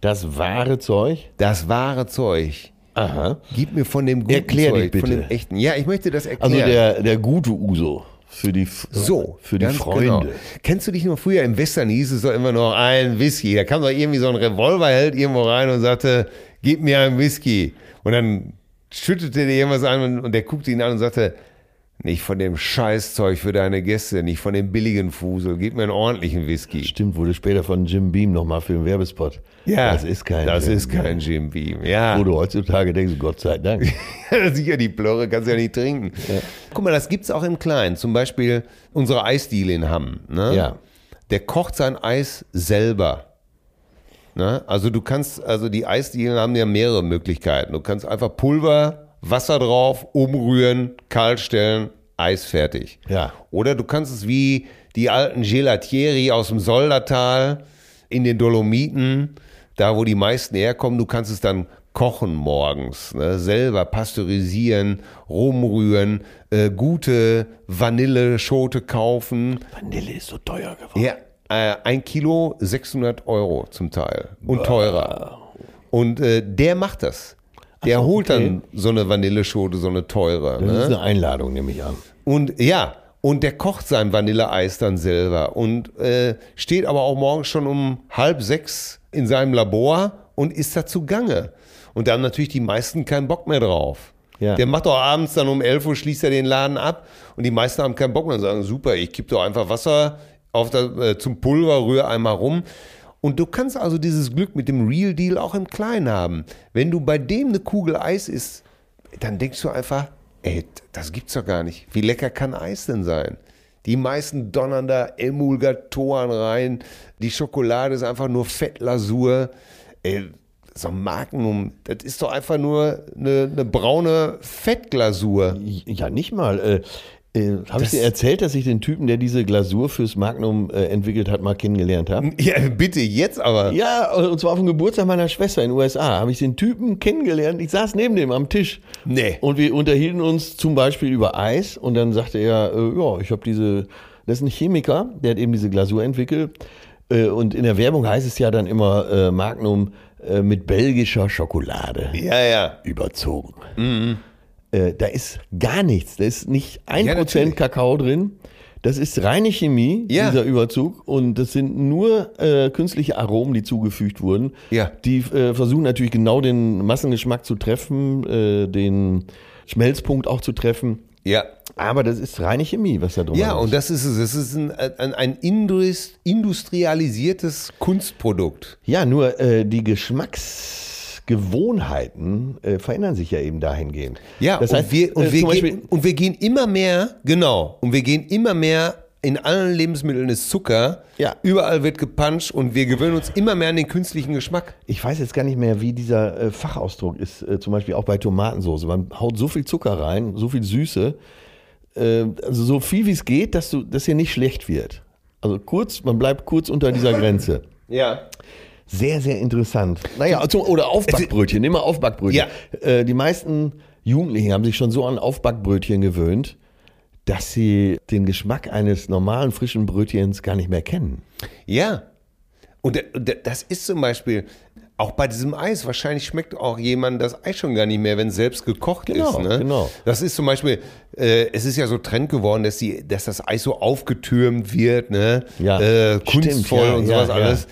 Speaker 2: Das wahre Zeug.
Speaker 3: das wahre Zeug.
Speaker 2: Aha.
Speaker 3: Gib mir von dem guten
Speaker 2: Erklär dich
Speaker 3: Zeug, von
Speaker 2: bitte.
Speaker 3: dem echten. Ja, ich möchte das erklären.
Speaker 2: Also der, der gute Uso. Für die, F-
Speaker 3: So,
Speaker 2: für die
Speaker 3: ganz
Speaker 2: Freunde.
Speaker 3: genau. Kennst du dich noch früher im Western hieß es doch immer noch ein Whisky. Da kam doch irgendwie so ein Revolverheld irgendwo rein und sagte, gib mir einen Whisky. Und dann schüttete dir irgendwas an und, und der guckte ihn an und sagte, nicht von dem Scheißzeug für deine Gäste, nicht von dem billigen Fusel, gib mir einen ordentlichen Whisky.
Speaker 2: Stimmt, wurde später von Jim Beam nochmal für den Werbespot. Das ist kein
Speaker 3: Das
Speaker 2: Jim
Speaker 3: ist
Speaker 2: Beam.
Speaker 3: kein Jim Beam. Ja.
Speaker 2: Wo du heutzutage denkst, Gott sei Dank.
Speaker 3: Sicher, die Plörre kannst du ja nicht trinken. Guck mal, das gibt's auch im Kleinen. Zum Beispiel unsere Eisdiele in Hamm. Ne?
Speaker 2: Ja.
Speaker 3: Der kocht sein Eis selber. Ne? Also du kannst, also die Eisdielen haben ja mehrere Möglichkeiten. Du kannst einfach Pulver, Wasser drauf, umrühren, kalt stellen, Eis fertig.
Speaker 2: Ja.
Speaker 3: Oder du kannst es wie die alten Gelatieri aus dem Soldatal in den Dolomiten, da wo die meisten herkommen, du kannst es dann kochen morgens, ne? selber pasteurisieren, rumrühren, äh, gute Vanilleschote kaufen.
Speaker 2: Vanille ist so teuer geworden.
Speaker 3: Ja, äh, ein Kilo 600 Euro zum Teil und teurer. Und äh, der macht das. Der holt dann so eine Vanilleschote, so eine teure.
Speaker 2: Das ist
Speaker 3: Ne?
Speaker 2: eine Einladung, nehme ich an.
Speaker 3: Und ja, und der kocht sein Vanilleeis dann selber und äh, steht aber auch morgens schon um halb sechs in seinem Labor und ist da zugange. Und da haben natürlich die meisten keinen Bock mehr drauf.
Speaker 2: Ja.
Speaker 3: Der macht doch abends dann um 11 Uhr, schließt er den Laden ab und die meisten haben keinen Bock mehr und sagen, super, ich kipp doch einfach Wasser auf das, äh, zum Pulver, rühre einmal rum. Und du kannst also dieses Glück mit dem Real Deal auch im Kleinen haben. Wenn du bei dem eine Kugel Eis isst, dann denkst du einfach, ey, das gibt's doch gar nicht. Wie lecker kann Eis denn sein? Die meisten donnern da Emulgatoren rein. Die Schokolade ist einfach nur Fettlasur. Ey, so ein Magnum, das ist doch einfach nur eine, eine braune Fettglasur.
Speaker 2: Ja, nicht mal. Äh, äh, habe ich
Speaker 3: Das-
Speaker 2: dir erzählt, dass ich den Typen, der diese Glasur fürs Magnum äh, entwickelt hat, mal kennengelernt habe?
Speaker 3: Ja, bitte, jetzt aber.
Speaker 2: Ja, äh, und zwar auf dem Geburtstag meiner Schwester in den USA habe ich den Typen kennengelernt. Ich saß neben dem am Tisch.
Speaker 3: Nee.
Speaker 2: Und wir unterhielten uns zum Beispiel über Eis. Und dann sagte er, äh, ja, ich habe diese, das ist ein Chemiker, der hat eben diese Glasur entwickelt. Äh, und in der Werbung heißt es ja dann immer äh, Magnum äh, mit belgischer Schokolade
Speaker 3: Ja, ja.
Speaker 2: überzogen. Äh, da ist gar nichts. Da ist nicht ein
Speaker 3: Mhm. Ja,
Speaker 2: Prozent
Speaker 3: natürlich.
Speaker 2: Kakao drin. Das ist reine Chemie,
Speaker 3: Ja.
Speaker 2: dieser Überzug. Und das sind nur äh, künstliche Aromen, die zugefügt wurden.
Speaker 3: Ja.
Speaker 2: Die äh, versuchen natürlich genau den Massengeschmack zu treffen, äh, den Schmelzpunkt auch zu treffen.
Speaker 3: Ja.
Speaker 2: Aber das ist reine Chemie, was da drum
Speaker 3: Ja,
Speaker 2: ist.
Speaker 3: und das ist es. Es ist ein, ein, ein indus- industrialisiertes Kunstprodukt.
Speaker 2: Ja, nur äh, die Geschmacksgewohnheiten äh, verändern sich ja eben dahingehend.
Speaker 3: Ja,
Speaker 2: das
Speaker 3: und,
Speaker 2: heißt,
Speaker 3: wir, und,
Speaker 2: äh,
Speaker 3: wir
Speaker 2: zum Beispiel,
Speaker 3: gehen, und wir gehen immer mehr, genau, und wir gehen immer mehr, in allen Lebensmitteln ist Zucker,
Speaker 2: Ja.
Speaker 3: überall wird gepanscht und wir gewöhnen uns immer mehr an den künstlichen Geschmack.
Speaker 2: Ich weiß jetzt gar nicht mehr, wie dieser äh, Fachausdruck ist, äh, zum Beispiel auch bei Tomatensoße. Man haut so viel Zucker rein, so viel Süße, äh, also so viel wie es geht, dass du, dass hier nicht schlecht wird. Also kurz, man bleibt kurz unter dieser Grenze.
Speaker 3: Ja.
Speaker 2: Sehr, sehr interessant. Naja, also, oder Aufbackbrötchen, nimm mal Aufbackbrötchen. Äh, die meisten Jugendlichen haben sich schon so an Aufbackbrötchen gewöhnt, dass sie den Geschmack eines normalen frischen Brötchens gar nicht mehr kennen.
Speaker 3: Ja. Und d- d- das ist zum Beispiel auch bei diesem Eis. Wahrscheinlich schmeckt auch jemand das Eis schon gar nicht mehr, wenn es selbst gekocht
Speaker 2: Genau,
Speaker 3: ist. Ne?
Speaker 2: genau.
Speaker 3: Das ist zum Beispiel, äh, es ist ja so Trend geworden, dass, die, dass das Eis so aufgetürmt wird, ne?
Speaker 2: Ja,
Speaker 3: äh,
Speaker 2: stimmt,
Speaker 3: kunstvoll
Speaker 2: ja,
Speaker 3: und
Speaker 2: ja,
Speaker 3: sowas
Speaker 2: ja.
Speaker 3: alles.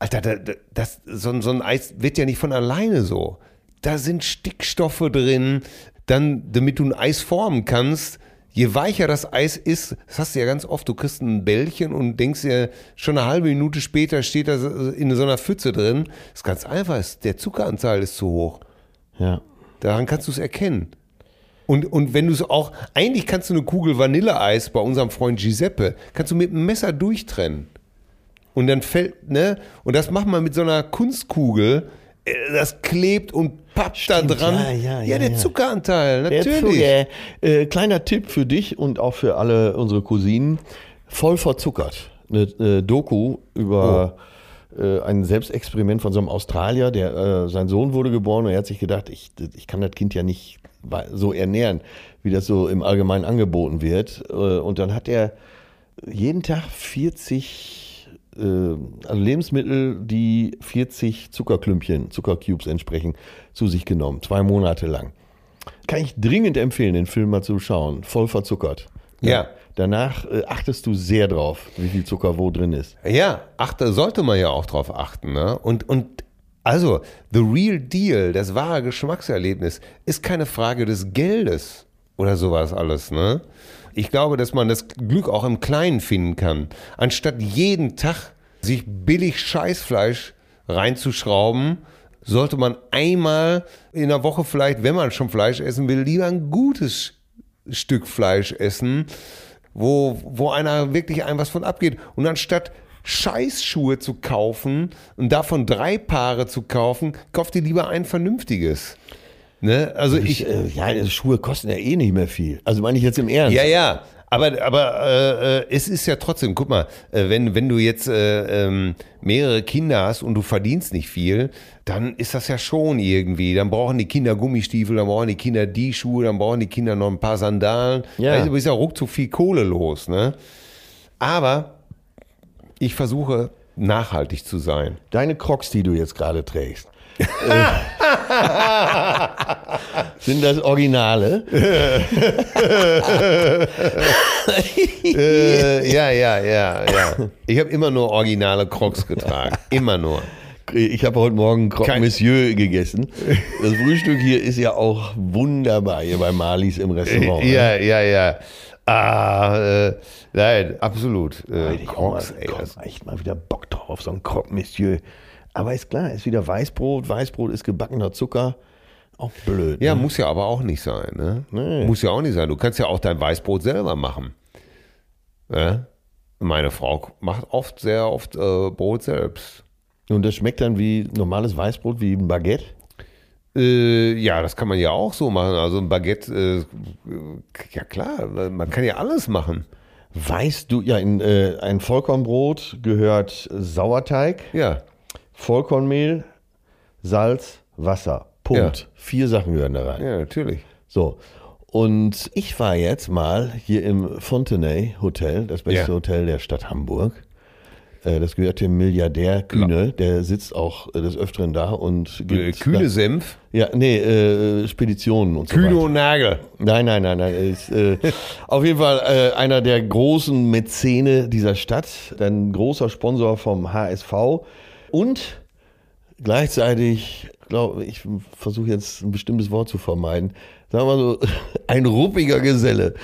Speaker 3: Alter, da, da, das, so, ein- so ein Eis wird ja nicht von alleine so. Da sind Stickstoffe drin. Dann, damit du ein Eis formen kannst, je weicher das Eis ist, das hast du ja ganz oft, du kriegst ein Bällchen und denkst dir, schon eine halbe Minute später steht das in so einer Pfütze drin. Das ist ganz einfach, ist- der Zuckeranteil ist zu hoch.
Speaker 2: Ja.
Speaker 3: Daran kannst du es erkennen. Und, und wenn du es auch, eigentlich kannst du eine Kugel Vanilleeis bei unserem Freund Giuseppe, kannst du mit einem Messer durchtrennen. Und dann fällt, ne? Und das macht man mit so einer Kunstkugel. Äh, Das klebt und pappt da
Speaker 2: Stimmt,
Speaker 3: dran.
Speaker 2: ja, ja, ja,
Speaker 3: der
Speaker 2: ja.
Speaker 3: Zuckeranteil,
Speaker 2: Der
Speaker 3: natürlich.
Speaker 2: Zucker. Äh, kleiner Tipp für dich und auch für alle unsere Cousinen. Voll verzuckert. Eine äh, Doku über äh, ein Selbstexperiment von so einem Australier, der äh, sein Sohn wurde geboren und er hat sich gedacht, ich, ich kann das Kind ja nicht wei- so ernähren, wie das so im Allgemeinen angeboten wird. Äh, und dann hat er jeden Tag 40 äh, also Lebensmittel, die 40 Zuckerklümpchen, Zuckercubes entsprechen, zu sich genommen, zwei Monate lang. Kann ich dringend empfehlen, den Film mal zu schauen. Voll verzuckert.
Speaker 3: Ja.
Speaker 2: Danach äh, achtest du sehr drauf, wie viel Zucker wo drin ist.
Speaker 3: Ja, ach, da sollte man ja auch drauf achten. Ne? Und, und also, the real deal, das wahre Geschmackserlebnis, ist keine Frage des Geldes oder sowas alles. Ne? Ich glaube, dass man das Glück auch im Kleinen finden kann. Anstatt jeden Tag sich billig Scheißfleisch reinzuschrauben, sollte man einmal in der Woche vielleicht, wenn man schon Fleisch essen will, lieber ein gutes Stück Fleisch essen, wo, wo einer wirklich einem was von abgeht. Und anstatt Scheißschuhe zu kaufen und davon drei Paare zu kaufen, kauft ihr lieber ein vernünftiges. Ne? Also ich,
Speaker 2: Ich, äh, ja, die Schuhe kosten ja eh nicht mehr viel. Also meine ich jetzt im Ernst.
Speaker 3: ja, ja. Aber, aber äh, äh, es ist ja trotzdem, guck mal, äh, wenn, wenn du jetzt äh, ähm, mehrere Kinder hast und du verdienst nicht viel, dann ist das ja schon irgendwie. Dann brauchen die Kinder Gummistiefel, dann brauchen die Kinder die Schuhe, dann brauchen die Kinder noch ein paar Sandalen.
Speaker 2: Ja.
Speaker 3: Weißt du, du bist ja ruckzuck viel Kohle los. Ne? Aber ich versuche nachhaltig zu sein.
Speaker 2: Deine Crocs, die du jetzt gerade trägst. äh, sind das Originale?
Speaker 3: Äh, ja, ja, ja, ja. Ich habe immer nur originale Crocs getragen. Immer nur.
Speaker 2: Ich habe heute Morgen Croque
Speaker 3: Kein-
Speaker 2: Monsieur gegessen. Das Frühstück hier ist ja auch wunderbar hier bei Marlies im Restaurant. ne?
Speaker 3: Ja, ja, ja. Ah, äh, nein, absolut. Äh,
Speaker 2: Ich komm mal,
Speaker 3: Crocs, ey.
Speaker 2: komm,
Speaker 3: Das,
Speaker 2: echt mal wieder Bock drauf, auf so ein Croque Monsieur. Aber ist klar, ist wieder Weißbrot. Weißbrot ist gebackener Zucker. Auch blöd. ne?
Speaker 3: ja, muss ja aber auch nicht sein. Ne?
Speaker 2: Hm? Nee.
Speaker 3: Muss ja auch nicht sein. Du kannst ja auch dein Weißbrot selber machen. Ne? Meine Frau macht oft, sehr oft äh, Brot selbst.
Speaker 2: Und das schmeckt dann wie normales Weißbrot, wie ein Baguette.
Speaker 3: Äh, ja, das kann man ja auch so machen. Also ein Baguette, äh, ja klar, man kann ja alles machen.
Speaker 2: Weißt du, ja, in äh, ein Vollkornbrot gehört Sauerteig,
Speaker 3: Ja,
Speaker 2: Vollkornmehl, Salz, Wasser. Punkt.
Speaker 3: Ja.
Speaker 2: Vier Sachen gehören da rein.
Speaker 3: ja, natürlich.
Speaker 2: So. Und ich war jetzt mal hier im Fontenay Hotel, das beste
Speaker 3: Ja.
Speaker 2: Hotel der Stadt Hamburg. Äh, Das gehört dem Milliardär Kühne, der sitzt auch äh, des Öfteren da und
Speaker 3: Äh,
Speaker 2: gibt
Speaker 3: Kühne Senf,
Speaker 2: ja, nee, äh, Speditionen und so
Speaker 3: Kühne
Speaker 2: weiter.
Speaker 3: und Nagel.
Speaker 2: Nein, nein, nein, nein. er Ist, äh, auf jeden Fall äh, einer der großen Mäzene dieser Stadt, ein großer Sponsor vom HSV und gleichzeitig, glaube ich, versuche jetzt ein bestimmtes Wort zu vermeiden. Sagen wir mal so, ein ruppiger Geselle.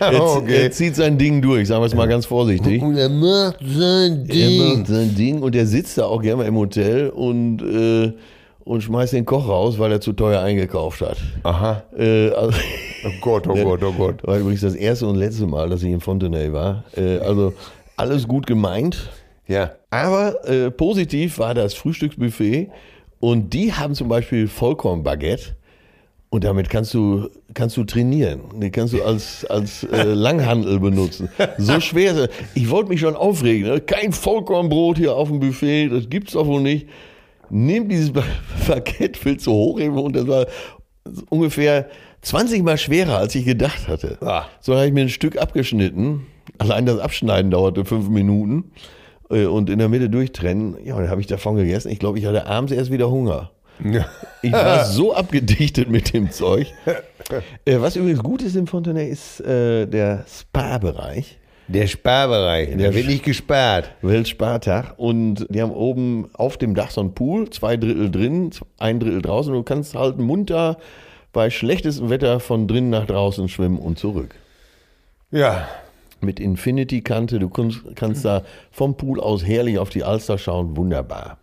Speaker 2: er,
Speaker 3: Okay.
Speaker 2: er zieht sein Ding durch, sagen wir es mal ganz vorsichtig.
Speaker 3: er macht sein
Speaker 2: Er macht sein Ding und der sitzt da auch gerne mal im Hotel und, äh, und schmeißt den Koch raus, weil er zu teuer eingekauft hat.
Speaker 3: Aha.
Speaker 2: Äh, also,
Speaker 3: Oh Gott, oh Gott, oh Gott.
Speaker 2: War übrigens das erste und letzte Mal, dass ich in Fontenay war. Äh, also alles gut gemeint.
Speaker 3: Ja.
Speaker 2: Aber äh, positiv war das Frühstücksbuffet. Und die haben zum Beispiel Vollkornbaguette. Und damit kannst du, kannst du trainieren. Die kannst du als, als äh, Langhandel benutzen. So schwer. Ich wollte mich schon aufregen. Ne? Kein Vollkornbrot hier auf dem Buffet. Das gibt's doch wohl nicht. Nimm dieses Ba- Baguette, willst du hochheben und das war ungefähr 20 mal schwerer, als ich gedacht hatte.
Speaker 3: Ah.
Speaker 2: So habe ich mir ein Stück abgeschnitten. Allein das Abschneiden dauerte fünf Minuten äh, und in der Mitte durchtrennen. Ja, und dann habe ich davon gegessen. Ich glaube, ich hatte abends erst wieder Hunger. Ich war so abgedichtet mit dem Zeug. Äh, Was übrigens gut ist im Fontenay, ist äh, der Spa-Bereich.
Speaker 3: Der Sparbereich, der wird nicht gespart.
Speaker 2: Weltspartag und die haben oben auf dem Dach so einen Pool, zwei Drittel drin, ein Drittel draußen und du kannst halt munter bei schlechtestem Wetter von drinnen nach draußen schwimmen und zurück.
Speaker 3: Ja.
Speaker 2: mit Infinity-Kante. Du kunst, kannst da vom Pool aus herrlich auf die Alster schauen. Wunderbar.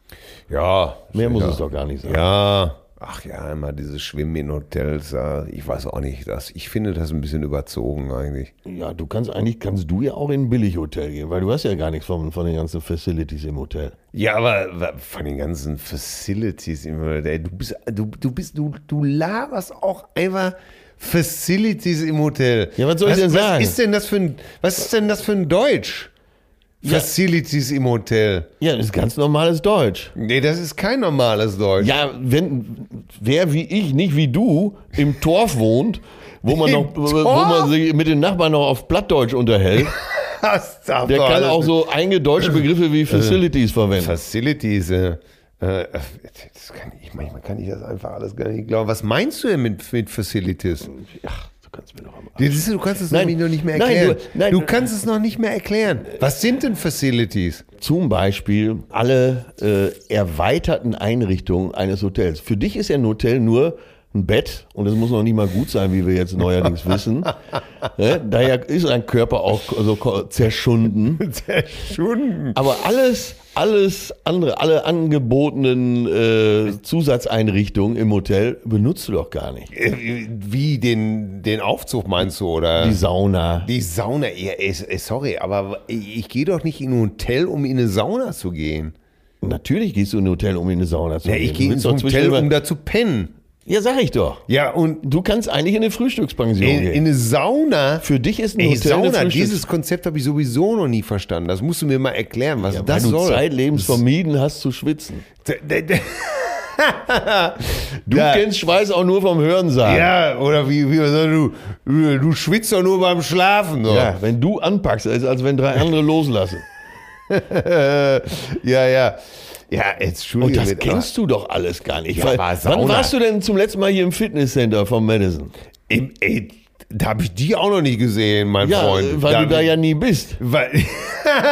Speaker 3: Ja.
Speaker 2: Mehr muss
Speaker 3: ja.
Speaker 2: es doch gar nicht sein.
Speaker 3: Ja. Ach ja, immer dieses Schwimmen in Hotels. ja. Ich weiß auch nicht. Das, ich finde das ein bisschen überzogen eigentlich.
Speaker 2: Ja, du kannst eigentlich, kannst du ja auch in ein Billighotel gehen, weil du hast ja gar nichts von, von den ganzen Facilities im Hotel.
Speaker 3: Ja, aber wa- von den ganzen Facilities immer, ey, du bist, du, du bist, du, du laberst auch einfach Facilities im Hotel.
Speaker 2: Ja, was soll ich denn sagen?
Speaker 3: Was ist denn das für ein, was ist denn das für ein Deutsch? Facilities im Hotel.
Speaker 2: Ja, das ist ganz normales Deutsch.
Speaker 3: Nee, das ist kein normales Deutsch.
Speaker 2: Ja, wenn wer wie ich, nicht wie du, im Torf wohnt, wo man,
Speaker 3: Im
Speaker 2: noch, wo
Speaker 3: Torf?
Speaker 2: man sich mit den Nachbarn noch auf Plattdeutsch unterhält,
Speaker 3: Das darf
Speaker 2: der
Speaker 3: doch
Speaker 2: kann
Speaker 3: alles
Speaker 2: auch so eingedeutschte Begriffe wie Facilities verwenden.
Speaker 3: Facilities. Äh, äh, das kann ich, manchmal kann ich das einfach alles gar nicht glauben. Was meinst du denn mit, mit Facilities?
Speaker 2: Ach, du kannst mir noch einmal.
Speaker 3: Das ist- Du kannst es
Speaker 2: Nein.
Speaker 3: nämlich noch nicht mehr
Speaker 2: Nein,
Speaker 3: erklären.
Speaker 2: du- nein.
Speaker 3: du kannst es noch nicht mehr erklären. Was sind denn Facilities?
Speaker 2: Zum Beispiel alle äh, erweiterten Einrichtungen eines Hotels. Für dich ist ja ein Hotel nur ein Bett und es muss noch nicht mal gut sein, wie wir jetzt neuerdings wissen. Ne? Daher ist ein Körper auch so ko- zerschunden.
Speaker 3: Zerschunden.
Speaker 2: Aber alles, alles andere, alle angebotenen äh, Zusatzeinrichtungen im Hotel benutzt du doch gar nicht.
Speaker 3: Äh, Wie den, den Aufzug meinst du, oder?
Speaker 2: Die Sauna.
Speaker 3: Die Sauna, ja, ey, ey, sorry, aber äh, ich ich gehe doch nicht in ein Hotel, um in eine Sauna zu gehen.
Speaker 2: Natürlich gehst du in ein Hotel, um in eine Sauna zu
Speaker 3: Ja,
Speaker 2: gehen.
Speaker 3: ich
Speaker 2: Du
Speaker 3: gehe
Speaker 2: willst
Speaker 3: ins
Speaker 2: doch
Speaker 3: Hotel,
Speaker 2: zwischendurch-
Speaker 3: um da zu pennen.
Speaker 2: Ja, sag ich doch.
Speaker 3: Ja, und
Speaker 2: Du kannst eigentlich in eine Frühstückspension
Speaker 3: in, in
Speaker 2: gehen.
Speaker 3: eine Sauna.
Speaker 2: Für dich ist ein
Speaker 3: Ey,
Speaker 2: Hotel eine
Speaker 3: Sauna,
Speaker 2: Frühstücks-
Speaker 3: dieses Konzept habe ich sowieso noch nie verstanden. Das musst du mir mal erklären, was das
Speaker 2: weil du
Speaker 3: soll.
Speaker 2: zeitlebens vermieden hast zu schwitzen.
Speaker 3: du
Speaker 2: Du
Speaker 3: ja,
Speaker 2: kennst Schweiß auch nur vom Hörensagen.
Speaker 3: ja, oder wie, wie soll du, du schwitzt doch nur beim Schlafen. So.
Speaker 2: Ja, wenn du anpackst, ist als wenn drei andere loslassen.
Speaker 3: Äh, ja, ja. Ja, jetzt
Speaker 2: Und
Speaker 3: Entschuldige
Speaker 2: das
Speaker 3: bitte,
Speaker 2: kennst du doch alles gar nicht.
Speaker 3: Ja,
Speaker 2: Weil-
Speaker 3: aber Sauna.
Speaker 2: wann warst du denn zum letzten Mal hier im Fitnesscenter vom Madison?
Speaker 3: aber Im, ey, da habe ich die auch noch nicht gesehen, mein
Speaker 2: Ja,
Speaker 3: Freund.
Speaker 2: äh, weil du da ja nie bist.
Speaker 3: Weil,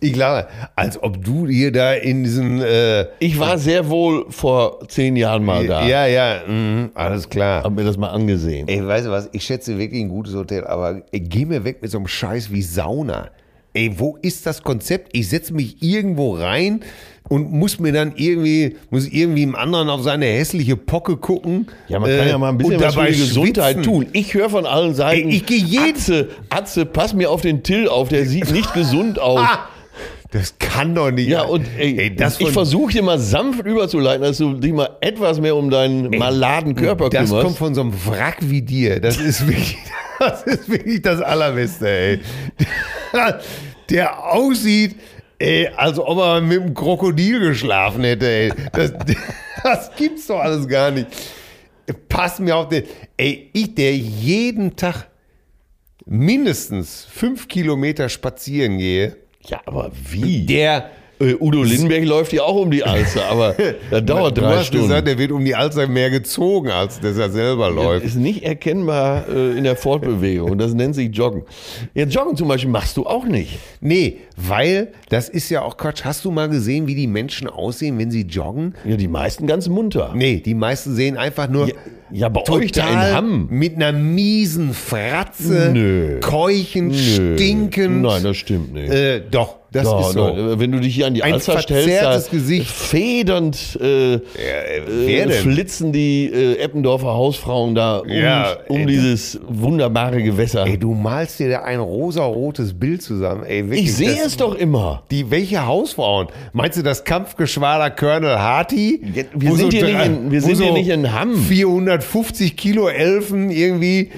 Speaker 3: ich glaube, als ob du hier da in diesem. Äh,
Speaker 2: Ich war sehr wohl vor zehn Jahren mal da.
Speaker 3: Ja, ja, mhm, alles klar.
Speaker 2: Hab mir das mal angesehen.
Speaker 3: Ey, weißt du was? Ich schätze wirklich ein gutes Hotel, aber ey, geh mir weg mit so einem Scheiß wie Sauna. Ey, wo ist das Konzept? Ich setze mich irgendwo rein und muss mir dann irgendwie, muss irgendwie im anderen auf seine hässliche Pocke gucken.
Speaker 2: Ja, man
Speaker 3: äh,
Speaker 2: kann ja mal ein bisschen
Speaker 3: und
Speaker 2: was für
Speaker 3: dabei
Speaker 2: die Gesundheit
Speaker 3: schwitzen.
Speaker 2: tun. Ich höre von allen Seiten.
Speaker 3: Ey, ich gehe jeden-
Speaker 2: Atze, Atze, pass mir auf den Till auf, der sieht nicht gesund aus.
Speaker 3: Ah, das kann doch nicht.
Speaker 2: Ja, und ey,
Speaker 3: das
Speaker 2: ich
Speaker 3: von-
Speaker 2: versuche dir mal sanft überzuleiten, dass du dich mal etwas mehr um deinen maladen Körper
Speaker 3: Das
Speaker 2: kümmerst.
Speaker 3: kommt von so einem Wrack wie dir. Das ist wirklich, das, ist wirklich das Allerbeste, ey. Der aussieht, ey, als ob er mit einem Krokodil geschlafen hätte, ey. Das, das gibt's doch alles gar nicht. Pass mir auf den. Ey, ich, der jeden Tag mindestens fünf Kilometer spazieren gehe,
Speaker 2: ja, aber wie?
Speaker 3: der.
Speaker 2: äh, Udo Lindenberg läuft ja auch um die Alster, aber das dauert
Speaker 3: du
Speaker 2: drei
Speaker 3: hast
Speaker 2: Stunden.
Speaker 3: gesagt, der wird um die Alzheimer mehr gezogen, als dass er selber läuft.
Speaker 2: ist nicht erkennbar äh, in der Fortbewegung und das nennt sich Joggen. Ja, Joggen zum Beispiel machst du auch nicht.
Speaker 3: Nee, weil das ist ja auch Quatsch. Hast du mal gesehen, wie die Menschen aussehen, wenn sie joggen?
Speaker 2: Ja, die meisten ganz munter.
Speaker 3: Nee, die meisten sehen einfach nur
Speaker 2: Ja, ja bei euch da in
Speaker 3: total
Speaker 2: Hamm.
Speaker 3: mit einer miesen Fratze,
Speaker 2: Nö.
Speaker 3: keuchend,
Speaker 2: Nö.
Speaker 3: stinkend.
Speaker 2: Nein, das stimmt nicht.
Speaker 3: äh, doch, das
Speaker 2: Doch,
Speaker 3: ist so.
Speaker 2: doch. Wenn du dich hier an die
Speaker 3: Ein
Speaker 2: Alster stellst, da
Speaker 3: verzerrtes Gesicht.
Speaker 2: federnd äh,
Speaker 3: äh,
Speaker 2: äh,
Speaker 3: wer denn?
Speaker 2: flitzen die äh, Eppendorfer Hausfrauen da um,
Speaker 3: Ja,
Speaker 2: um
Speaker 3: ey,
Speaker 2: dieses wunderbare Gewässer.
Speaker 3: Ey, du malst dir da ein rosarotes Bild zusammen. Ey, wirklich,
Speaker 2: ich sehe
Speaker 3: das-
Speaker 2: es doch immer.
Speaker 3: Die, welche Hausfrauen? Meinst du das Kampfgeschwader Colonel Harty?
Speaker 2: Ja, wir
Speaker 3: Wo
Speaker 2: sind hier
Speaker 3: drei-
Speaker 2: nicht in- wir
Speaker 3: wo
Speaker 2: sind hier nicht in Hamm.
Speaker 3: 450 Kilo Elfen irgendwie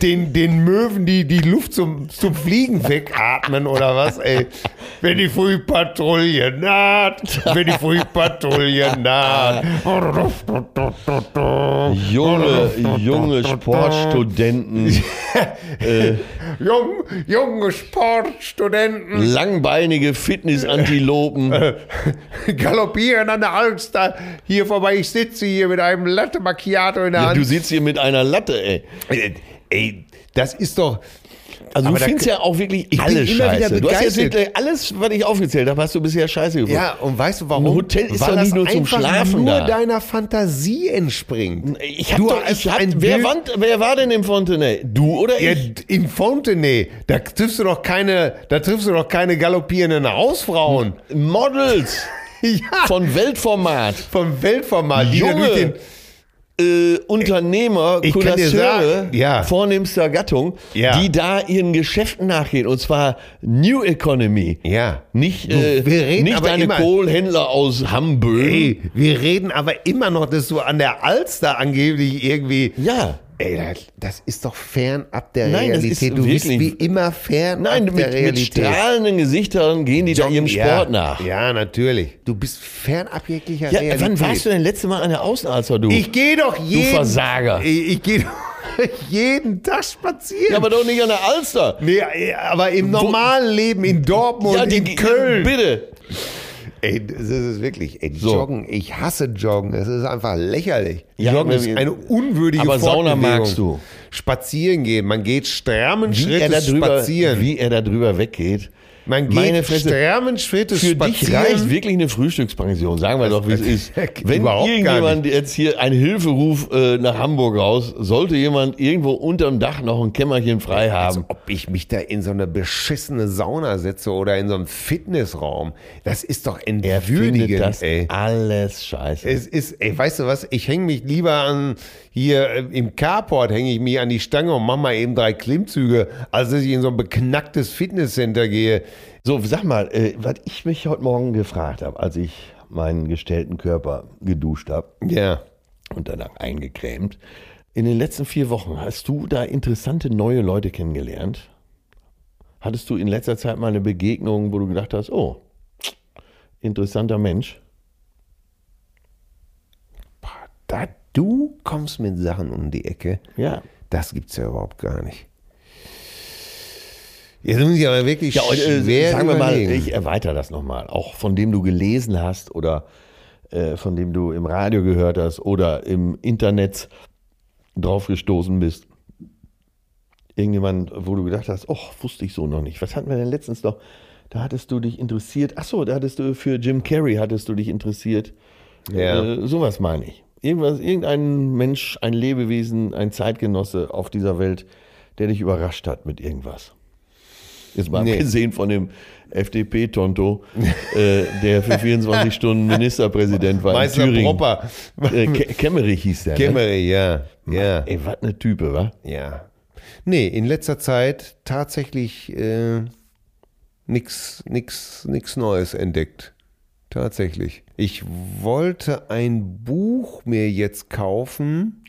Speaker 3: den, den Möwen die, die Luft zum, zum Fliegen wegatmen oder was, ey. Wenn die Frühpatrouille naht, wenn die Frühpatrouille naht.
Speaker 2: Junge, junge Sportstudenten,
Speaker 3: Jung, junge Sportstudenten.
Speaker 2: langbeinige Fitnessantilopen.
Speaker 3: galoppieren an der Alster hier vorbei. Ich sitze hier mit einem Latte Macchiato in der
Speaker 2: Ja,
Speaker 3: Hand.
Speaker 2: du sitzt hier mit einer Latte, ey.
Speaker 3: Ey, das Äh, ist doch.
Speaker 2: Also
Speaker 3: Aber
Speaker 2: du
Speaker 3: da
Speaker 2: findest
Speaker 3: k-
Speaker 2: ja auch wirklich
Speaker 3: bin
Speaker 2: alles
Speaker 3: immer wieder
Speaker 2: scheiße. Du hast jetzt
Speaker 3: begeistert.
Speaker 2: wirklich alles, was ich aufgezählt habe, hast du bisher scheiße gefunden.
Speaker 3: Ja, und weißt du warum?
Speaker 2: Ein Hotel ist
Speaker 3: Weil
Speaker 2: doch nicht
Speaker 3: das
Speaker 2: nur zum
Speaker 3: einfach
Speaker 2: Schlafen
Speaker 3: nur
Speaker 2: da.
Speaker 3: deiner Fantasie entspringt.
Speaker 2: Ich hab doch, ich hab, wer, war,
Speaker 3: war
Speaker 2: wer war denn im Fontenay? Du oder
Speaker 3: ja,
Speaker 2: ich?
Speaker 3: in Fontenay, da triffst du doch keine, da triffst du doch keine galoppierenden Hausfrauen.
Speaker 2: Models
Speaker 3: Ja,
Speaker 2: von Weltformat.
Speaker 3: vom Weltformat, die da durch den,
Speaker 2: Junge äh, Unternehmer,
Speaker 3: Ich kann dir
Speaker 2: Connoisseure
Speaker 3: sagen, ja.
Speaker 2: vornehmster Gattung,
Speaker 3: Ja.
Speaker 2: die da ihren Geschäften nachgehen. Und zwar New Economy.
Speaker 3: ja.
Speaker 2: Nicht,
Speaker 3: Du,
Speaker 2: äh,
Speaker 3: wir reden
Speaker 2: nicht
Speaker 3: aber
Speaker 2: deine
Speaker 3: immer-
Speaker 2: Kohlhändler aus Hamburg.
Speaker 3: Ey, wir reden aber immer noch, dass du an der Alster angeblich irgendwie.
Speaker 2: Ja.
Speaker 3: Ey, das, das ist doch fernab der
Speaker 2: Nein, das ist
Speaker 3: Realität. Du bist wie
Speaker 2: wirklich-
Speaker 3: immer fernab
Speaker 2: Nein,
Speaker 3: der
Speaker 2: mit, mit
Speaker 3: Realität.
Speaker 2: strahlenden Gesichtern gehen die da ihrem Sport
Speaker 3: ja,
Speaker 2: nach.
Speaker 3: Ja, natürlich. Du bist fernab jeglicher
Speaker 2: Ja,
Speaker 3: Realität.
Speaker 2: wann warst du denn letzte Mal an der Außenalster, du?
Speaker 3: Ich gehe doch jeden.
Speaker 2: Versager.
Speaker 3: Ich, ich gehe doch jeden Tag spazieren.
Speaker 2: ja, aber doch nicht an der Alster.
Speaker 3: nee, aber im normalen Leben in Dortmund,
Speaker 2: ja,
Speaker 3: in Köln.
Speaker 2: Bitte.
Speaker 3: Ey, das ist es wirklich. Ey,
Speaker 2: So.
Speaker 3: Joggen, ich hasse Joggen. Es ist einfach lächerlich.
Speaker 2: Ja,
Speaker 3: Joggen
Speaker 2: aber-
Speaker 3: ist eine unwürdige
Speaker 2: aber Sauna
Speaker 3: Fortbewegung.
Speaker 2: magst du.
Speaker 3: Spazieren gehen. Man geht strammen
Speaker 2: Wie er,
Speaker 3: Schrittes
Speaker 2: da drüber,
Speaker 3: spazieren.
Speaker 2: wie er da drüber weggeht.
Speaker 3: Man
Speaker 2: Meine
Speaker 3: geht
Speaker 2: Fresse.
Speaker 3: strammen Schrittes
Speaker 2: Für dich
Speaker 3: spazieren.
Speaker 2: reicht wirklich eine Frühstückspension, sagen wir doch, wie es ist. Wenn
Speaker 3: Überhaupt gar
Speaker 2: irgendjemand jetzt hier einen Hilferuf äh, nach Hamburg raus, sollte jemand irgendwo unterm Dach noch ein Kämmerchen frei haben.
Speaker 3: Also ob ich mich da in so eine beschissene Sauna setze oder in so einen Fitnessraum. Das ist doch
Speaker 2: Er findet
Speaker 3: entwürdigend,
Speaker 2: das
Speaker 3: ey.
Speaker 2: alles scheiße.
Speaker 3: Es ist, ey, weißt du was? Ich hänge mich lieber an hier äh, im Carport hänge ich mich an die Stange und mache mal eben drei Klimmzüge, als dass ich in so ein beknacktes Fitnesscenter gehe.
Speaker 2: So, sag mal, äh, was ich mich heute Morgen gefragt habe, als ich meinen gestellten Körper geduscht habe
Speaker 3: Ja.
Speaker 2: und danach eingecremt. In den letzten vier Wochen hast du da interessante neue Leute kennengelernt? Hattest du in letzter Zeit mal eine Begegnung, wo du gedacht hast, oh, interessanter Mensch?
Speaker 3: Da du kommst mit Sachen um die Ecke.
Speaker 2: Ja.
Speaker 3: Das gibt's ja überhaupt gar nicht. Jetzt muss ich aber wirklich
Speaker 2: Ja, und, äh,
Speaker 3: schwer
Speaker 2: sagen wir mal,
Speaker 3: überlegen.
Speaker 2: ich erweitere das nochmal. Auch von dem du gelesen hast oder äh, von dem du im Radio gehört hast oder im Internet draufgestoßen bist. Irgendjemand, wo du gedacht hast, oh, wusste ich so noch nicht. Was hatten wir denn letztens noch? Da hattest du dich interessiert. Ach so, da hattest du für Jim Carrey hattest du dich interessiert.
Speaker 3: Ja.
Speaker 2: Äh, sowas meine ich. Irgendwas, irgendein Mensch, ein Lebewesen, ein Zeitgenosse auf dieser Welt, der dich überrascht hat mit irgendwas. Jetzt mal
Speaker 3: Nee.
Speaker 2: abgesehen von dem FDP-Tonto, äh, der für 24 Stunden Ministerpräsident war
Speaker 3: Meister
Speaker 2: in Thüringen.
Speaker 3: Propper.
Speaker 2: Äh, Ke- Kemmerich hieß der. Ne?
Speaker 3: Kämmerich, ja. Ja.
Speaker 2: Ey, was ne Type, wa?
Speaker 3: Ja. Nee, in letzter Zeit tatsächlich äh, nix, nix, nix Neues entdeckt. Tatsächlich. Ich wollte ein Buch mir jetzt kaufen.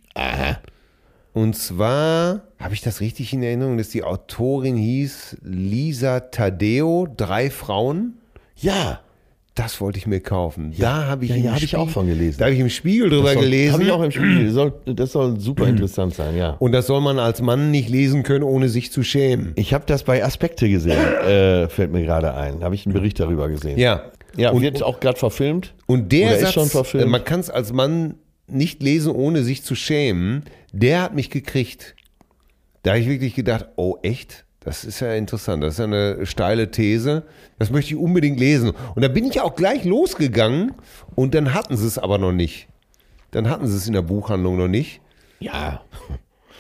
Speaker 3: Und zwar, habe ich das richtig in Erinnerung, dass die Autorin hieß Lisa Tadeo, drei Frauen.
Speaker 2: Ja.
Speaker 3: Das wollte ich mir kaufen. da habe ich,
Speaker 2: ja,
Speaker 3: im
Speaker 2: ja, habe ich
Speaker 3: Spiegel-
Speaker 2: auch von gelesen.
Speaker 3: Da habe ich im Spiegel drüber gelesen.
Speaker 2: Habe ich auch im Spiel. Das soll, das soll super interessant sein, ja.
Speaker 3: Und das soll man als Mann nicht lesen können, ohne sich zu schämen.
Speaker 2: Ich habe das bei Aspekte gesehen, äh, fällt mir gerade ein. Habe ich einen Bericht darüber gesehen.
Speaker 3: Ja.
Speaker 2: Ja, und
Speaker 3: und,
Speaker 2: wird auch gerade verfilmt.
Speaker 3: und der
Speaker 2: oder ist
Speaker 3: Satz,
Speaker 2: schon verfilmt.
Speaker 3: äh, man kann es als Mann nicht lesen, ohne sich zu schämen, der hat mich gekriegt. Da habe ich wirklich gedacht, oh echt? Das ist ja interessant, das ist ja eine steile These. Das möchte ich unbedingt lesen. Und da bin ich ja auch gleich losgegangen und dann hatten sie es aber noch nicht. Dann hatten sie es in der Buchhandlung noch nicht.
Speaker 2: Ja.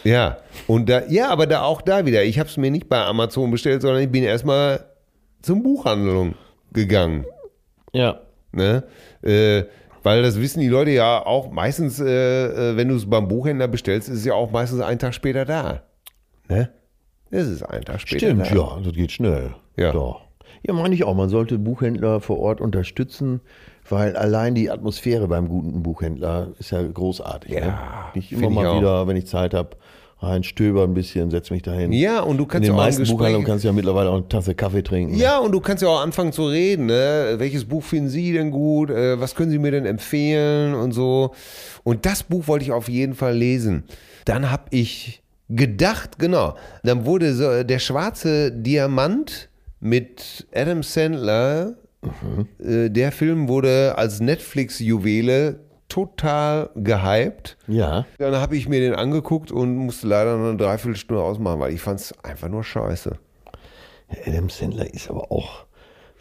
Speaker 3: Ja, und da, ja, aber da auch da wieder. Ich habe es mir nicht bei Amazon bestellt, sondern ich bin erstmal zum Buchhandlung gegangen.
Speaker 2: Ja.
Speaker 3: Ne? Äh, weil das wissen die Leute ja auch meistens, äh, äh, wenn du es beim Buchhändler bestellst, ist es ja auch meistens einen Tag später da. Ne? Es ist ein Tag später
Speaker 2: Stimmt,
Speaker 3: da.
Speaker 2: ja, das geht schnell.
Speaker 3: Ja.
Speaker 2: Doch. Ja, meine ich auch. Man sollte Buchhändler vor Ort unterstützen, weil allein die Atmosphäre beim guten Buchhändler ist ja großartig. ne? Ich immer
Speaker 3: find ich
Speaker 2: mal
Speaker 3: auch.
Speaker 2: wieder, wenn ich Zeit habe, rein stöber ein bisschen, setz mich dahin.
Speaker 3: Ja, und du
Speaker 2: In
Speaker 3: kannst
Speaker 2: den
Speaker 3: ja auch im
Speaker 2: meisten Buchhandlungen
Speaker 3: Gespräch,
Speaker 2: kannst du ja mittlerweile auch eine Tasse Kaffee trinken.
Speaker 3: Ja, und du kannst ja auch anfangen zu reden. Ne? Welches Buch finden Sie denn gut? Äh, Was können Sie mir denn empfehlen und so? Und das Buch wollte ich auf jeden Fall lesen. Dann habe ich gedacht, genau, dann wurde so äh, der schwarze Diamant mit Adam Sandler, äh, der Film wurde als Netflix-Juwele total gehypt.
Speaker 2: Ja.
Speaker 3: Dann habe ich mir den angeguckt und musste leider nur eine Dreiviertelstunde ausmachen, weil ich fand es einfach nur scheiße.
Speaker 2: Adam Sandler ist aber auch,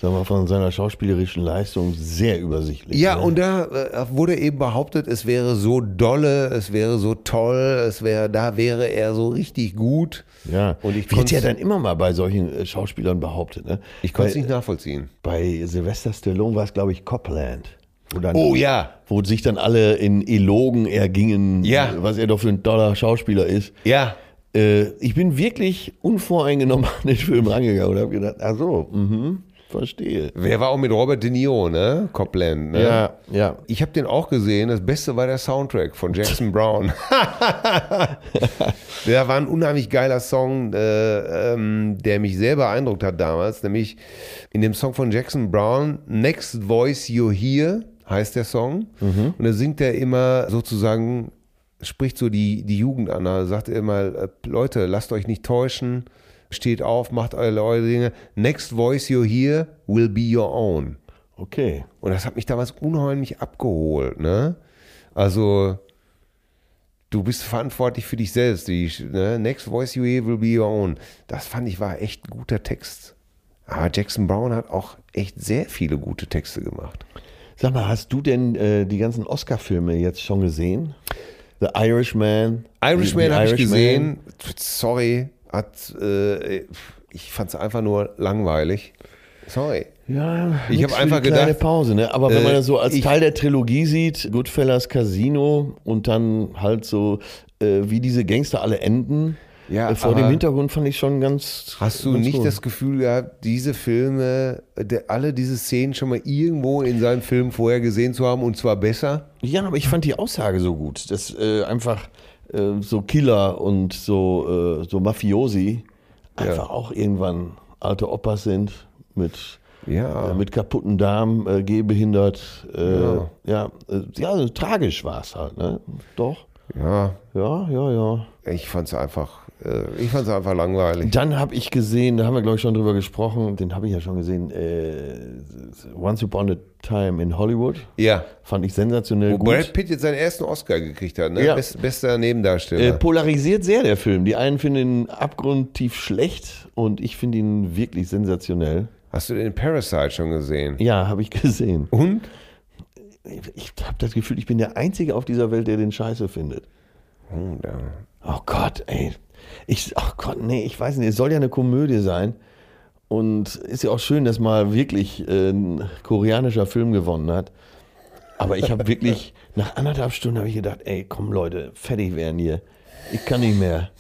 Speaker 2: sagen wir mal, von seiner schauspielerischen Leistung sehr übersichtlich.
Speaker 3: Ja,
Speaker 2: ne?
Speaker 3: und da äh, wurde eben behauptet, es wäre so dolle, es wäre so toll, es wäre, da wäre er so richtig gut.
Speaker 2: Ja,
Speaker 3: Und ich
Speaker 2: wird
Speaker 3: konnte
Speaker 2: ja
Speaker 3: es
Speaker 2: dann immer mal bei solchen äh, Schauspielern behauptet. Ne?
Speaker 3: nicht nachvollziehen.
Speaker 2: bei, bei Sylvester Stallone war es, glaube ich, Copland. Wo dann-
Speaker 3: Oh ja.
Speaker 2: Wo sich dann alle in Elogen ergingen,
Speaker 3: Ja.
Speaker 2: was er doch für ein toller Schauspieler ist.
Speaker 3: Ja.
Speaker 2: Äh, ich bin wirklich unvoreingenommen an den Film rangegangen und habe gedacht, ach so, mhm, verstehe.
Speaker 3: Wer war auch mit Robert De Niro, ne? Copland, ne?
Speaker 2: ja.
Speaker 3: Ich habe den auch gesehen. Das Beste war der Soundtrack von Jackson Brown. der war ein unheimlich geiler Song, äh, ähm, der mich sehr beeindruckt hat damals. Nämlich in dem Song von Jackson Brown, Next Voice You Hear, heißt der Song. Und da singt er immer sozusagen, spricht so die, die Jugend an. Er sagt immer, äh, Leute, lasst euch nicht täuschen. Steht auf, macht alle eure Dinge. Next Voice You Hear will be your own.
Speaker 2: Okay.
Speaker 3: Und das hat mich damals unheimlich abgeholt, ne? Also, du bist verantwortlich für dich selbst. Die, ne? Next voice you hear will be your own. Das fand ich war echt ein guter Text. Aber Jackson Brown hat auch echt sehr viele gute Texte gemacht.
Speaker 2: Sag mal, hast du denn äh, die ganzen Oscar-Filme jetzt schon gesehen? The Irishman.
Speaker 3: Irishman
Speaker 2: The
Speaker 3: habe ich
Speaker 2: Irishman.
Speaker 3: gesehen. Sorry, hat, äh, ich fand es einfach nur langweilig. Sorry.
Speaker 2: Ja,
Speaker 3: Ich
Speaker 2: nix
Speaker 3: hab
Speaker 2: für
Speaker 3: einfach
Speaker 2: die kleine
Speaker 3: gedacht,
Speaker 2: Pause, ne? Aber wenn
Speaker 3: äh,
Speaker 2: man das so als
Speaker 3: ich-
Speaker 2: Teil der Trilogie sieht, Goodfellas Casino und dann halt so, äh, wie diese Gangster alle enden.
Speaker 3: Ja,
Speaker 2: äh, vor
Speaker 3: aber-
Speaker 2: dem Hintergrund fand ich schon ganz.
Speaker 3: Hast du
Speaker 2: ganz
Speaker 3: nicht
Speaker 2: gut.
Speaker 3: das Gefühl gehabt, diese Filme, äh, der, alle diese Szenen schon mal irgendwo in seinem Film vorher gesehen zu haben und zwar besser?
Speaker 2: Ja, aber ich fand die Aussage so gut, dass äh, einfach äh, so Killer und so, äh, so Mafiosi einfach auch irgendwann alte Opas sind mit,
Speaker 3: Ja.
Speaker 2: äh, mit kaputten Darm, äh, gehbehindert. Äh, ja, äh, ja also, tragisch war es halt, ne? Doch.
Speaker 3: Ja,
Speaker 2: Ja, ja, ja.
Speaker 3: ich fand's einfach, äh, ich fand's einfach langweilig.
Speaker 2: Dann habe ich gesehen, da haben wir glaube ich schon drüber gesprochen, den habe ich ja schon gesehen, äh, Once Upon a Time in Hollywood.
Speaker 3: Ja.
Speaker 2: Fand ich sensationell
Speaker 3: Wo
Speaker 2: Äh, gut.
Speaker 3: Brad Pitt jetzt seinen ersten Oscar gekriegt hat, ne?
Speaker 2: Ja.
Speaker 3: Best, bester
Speaker 2: Äh,
Speaker 3: Nebendarsteller.
Speaker 2: polarisiert sehr der Film. Die einen finden ihn abgrundtief schlecht und ich finde ihn wirklich sensationell.
Speaker 3: Hast du den Parasite schon gesehen?
Speaker 2: Ja, habe ich gesehen.
Speaker 3: Und?
Speaker 2: Ich habe das Gefühl, ich bin der Einzige auf dieser Welt, der den Scheiße findet.
Speaker 3: Oh, da.
Speaker 2: Oh Gott, ey. Ich, ach Gott, nee, ich weiß nicht. Es soll ja eine Komödie sein. Und ist ja auch schön, dass mal wirklich äh, ein koreanischer Film gewonnen hat. Aber ich habe wirklich, nach anderthalb Stunden habe ich gedacht, ey, komm Leute, fertig werden hier. Ich kann nicht mehr.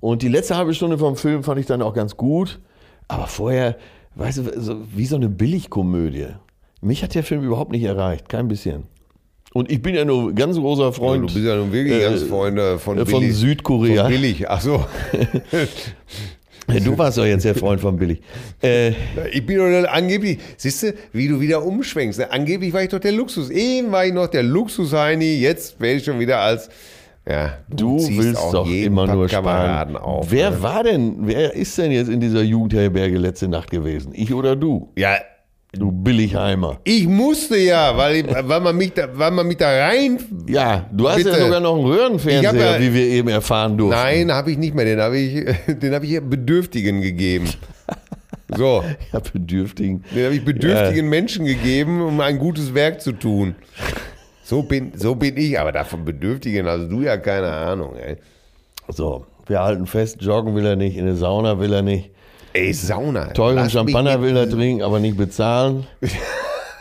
Speaker 2: Und die letzte halbe Stunde vom Film fand ich dann auch ganz gut. Aber vorher, weißt du, so, wie so eine Billigkomödie. Mich hat der Film überhaupt nicht erreicht, kein bisschen. Und ich bin ja nur ganz großer Freund.
Speaker 3: du bist ja nun wirklich
Speaker 2: äh,
Speaker 3: ganz Freunde von,
Speaker 2: äh, von
Speaker 3: billig-
Speaker 2: Südkorea.
Speaker 3: Von billig, ach so.
Speaker 2: Ja, Du warst doch jetzt der Freund von Billig. Äh,
Speaker 3: Ich bin doch nur angeblich, siehst du, wie du wieder umschwenkst. ne? Angeblich war ich doch der Luxus. Eben war ich noch der Luxusheini, jetzt werde ich schon wieder als. Ja,
Speaker 2: du
Speaker 3: ziehst
Speaker 2: willst
Speaker 3: auch
Speaker 2: doch
Speaker 3: jeden
Speaker 2: immer nur sparen.
Speaker 3: Pappkameraden auf.
Speaker 2: wer
Speaker 3: ne?
Speaker 2: war denn, wer ist denn jetzt in dieser Jugendherberge letzte Nacht gewesen? Ich oder du?
Speaker 3: Ja,
Speaker 2: Du Billigheimer.
Speaker 3: ich musste ja, weil, ich- weil, man, mich da, weil man mich da rein.
Speaker 2: Ja, du hast
Speaker 3: Bitte.
Speaker 2: ja sogar noch einen
Speaker 3: Ich hab
Speaker 2: Röhrenfernseher,
Speaker 3: ja-
Speaker 2: wie wir eben erfahren durften.
Speaker 3: Nein, habe ich nicht mehr. Den habe ich, den habe ich Bedürftigen gegeben. So,
Speaker 2: Ich habe Bedürftigen.
Speaker 3: den habe ich bedürftigen Menschen gegeben, um ein gutes Werk zu tun. So bin, so bin ich, aber davon Bedürftigen hast du ja keine Ahnung, ey.
Speaker 2: So, wir halten fest, joggen will er nicht, in eine Sauna will er nicht,
Speaker 3: Ey, Sauna.
Speaker 2: teuren
Speaker 3: lass mich
Speaker 2: Champagner
Speaker 3: mit-
Speaker 2: will er trinken, aber nicht bezahlen.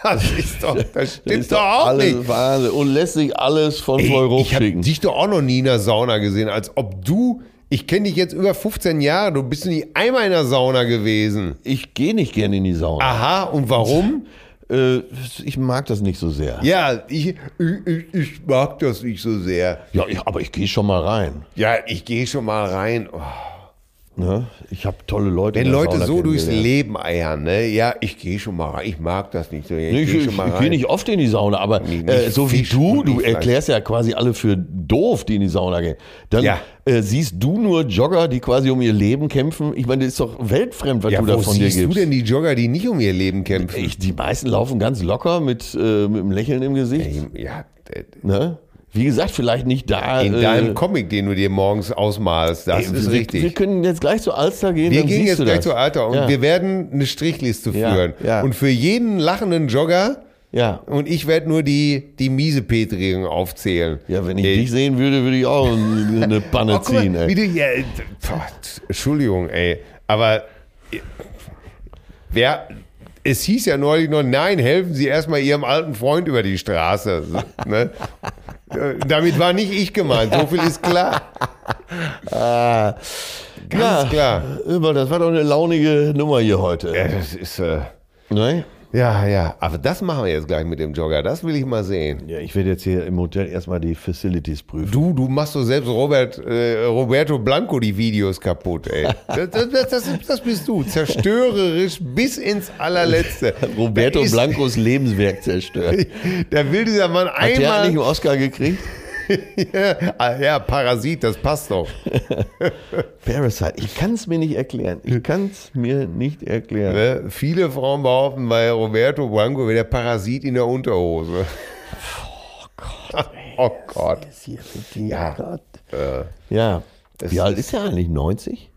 Speaker 3: Das, ist doch, das stimmt
Speaker 2: Ist
Speaker 3: doch auch
Speaker 2: alles
Speaker 3: nicht.
Speaker 2: Wahnsinn. Und lässt sich alles von
Speaker 3: Ey,
Speaker 2: voll
Speaker 3: ich habe
Speaker 2: rumschicken.
Speaker 3: dich doch auch noch nie in der Sauna gesehen, als ob du. Ich kenne dich jetzt über 15 Jahre, du bist nie einmal in der Sauna gewesen.
Speaker 2: Ich gehe nicht gerne in die Sauna.
Speaker 3: Aha, und warum?
Speaker 2: Äh, ich mag das nicht so sehr.
Speaker 3: Ja, ich, ich, ich, ich mag das nicht so sehr.
Speaker 2: Ja, ich, aber ich gehe schon mal rein.
Speaker 3: Ja, ich gehe schon mal rein. Oh,
Speaker 2: Ne? Ich habe tolle Leute. in
Speaker 3: Wenn
Speaker 2: der
Speaker 3: Leute
Speaker 2: Sauna
Speaker 3: so durchs
Speaker 2: kennengelernt.
Speaker 3: Leben eiern, ne? Ja, ich gehe schon mal rein. Ich mag das nicht so. Ja,
Speaker 2: Nee,
Speaker 3: ich
Speaker 2: Ich,
Speaker 3: gehe
Speaker 2: ich,
Speaker 3: schon mal
Speaker 2: ich gehe
Speaker 3: rein.
Speaker 2: nicht oft in die Sauna, aber
Speaker 3: Nicht
Speaker 2: äh, so wie
Speaker 3: Fisch
Speaker 2: du,
Speaker 3: und
Speaker 2: du
Speaker 3: nicht Fleisch.
Speaker 2: erklärst ja quasi alle für doof, die in die Sauna gehen. Dann
Speaker 3: Ja.
Speaker 2: äh, siehst du nur Jogger, die quasi um ihr Leben kämpfen. Ich meine, das ist doch weltfremd, was
Speaker 3: ja,
Speaker 2: du
Speaker 3: wo
Speaker 2: da von dir
Speaker 3: siehst du
Speaker 2: gibst.
Speaker 3: denn die Jogger, die nicht um ihr Leben kämpfen?
Speaker 2: Ich, die meisten laufen ganz locker mit, äh, mit einem Lächeln im Gesicht.
Speaker 3: ja, äh,
Speaker 2: Ne? Wie gesagt, vielleicht nicht da.
Speaker 3: in
Speaker 2: äh,
Speaker 3: deinem Comic, den du dir morgens ausmalst, das ist
Speaker 2: wir,
Speaker 3: richtig.
Speaker 2: Wir können jetzt gleich zur Alster gehen.
Speaker 3: Wir
Speaker 2: dann
Speaker 3: gehen
Speaker 2: siehst
Speaker 3: jetzt
Speaker 2: du
Speaker 3: gleich
Speaker 2: das.
Speaker 3: zur Alter und
Speaker 2: ja.
Speaker 3: wir werden eine Strichliste
Speaker 2: Ja,
Speaker 3: führen.
Speaker 2: ja.
Speaker 3: Und für jeden lachenden Jogger
Speaker 2: Ja.
Speaker 3: und ich werde nur die, die miese Petrigen aufzählen.
Speaker 2: ja, wenn ich
Speaker 3: Ey,
Speaker 2: dich sehen würde, würde ich auch eine Panne
Speaker 3: oh, guck mal,
Speaker 2: ziehen.
Speaker 3: Wie
Speaker 2: Ey.
Speaker 3: du, ja, äh, boah, t- Entschuldigung, ey. Aber äh, wer. Es hieß ja neulich noch, nein, helfen Sie erstmal Ihrem alten Freund über die Straße. So, Ne? Äh, Damit war nicht ich gemeint, so viel ist klar. Ganz
Speaker 2: Ah. Ja.
Speaker 3: klar.
Speaker 2: Aber das war doch eine launige Nummer hier heute.
Speaker 3: Ja, Das ist. Äh,
Speaker 2: Ne?
Speaker 3: Ja, ja, aber das machen wir jetzt gleich mit dem Jogger. Das will ich mal sehen.
Speaker 2: Ja, ich werde jetzt hier im Hotel erstmal die Facilities prüfen.
Speaker 3: Du, du machst so selbst Robert, äh, Roberto Blanco die Videos kaputt, ey. Das, das, das, das, das bist du. Zerstörerisch bis ins allerletzte.
Speaker 2: Roberto
Speaker 3: Da ist-
Speaker 2: Blancos Lebenswerk zerstört.
Speaker 3: Da will dieser Mann
Speaker 2: Hat der nicht einen
Speaker 3: einmal.
Speaker 2: Oscar gekriegt?
Speaker 3: Ja, ah, ja, Parasit, das passt doch.
Speaker 2: Parasite. Ich kann es mir nicht erklären. Ich kann es mir nicht erklären.
Speaker 3: Ne? Viele Frauen behaupten, bei Roberto Blanco wäre der Parasit in der Unterhose. Oh Gott.
Speaker 2: Ja. Oh ja. Wie alt ist er eigentlich? 90?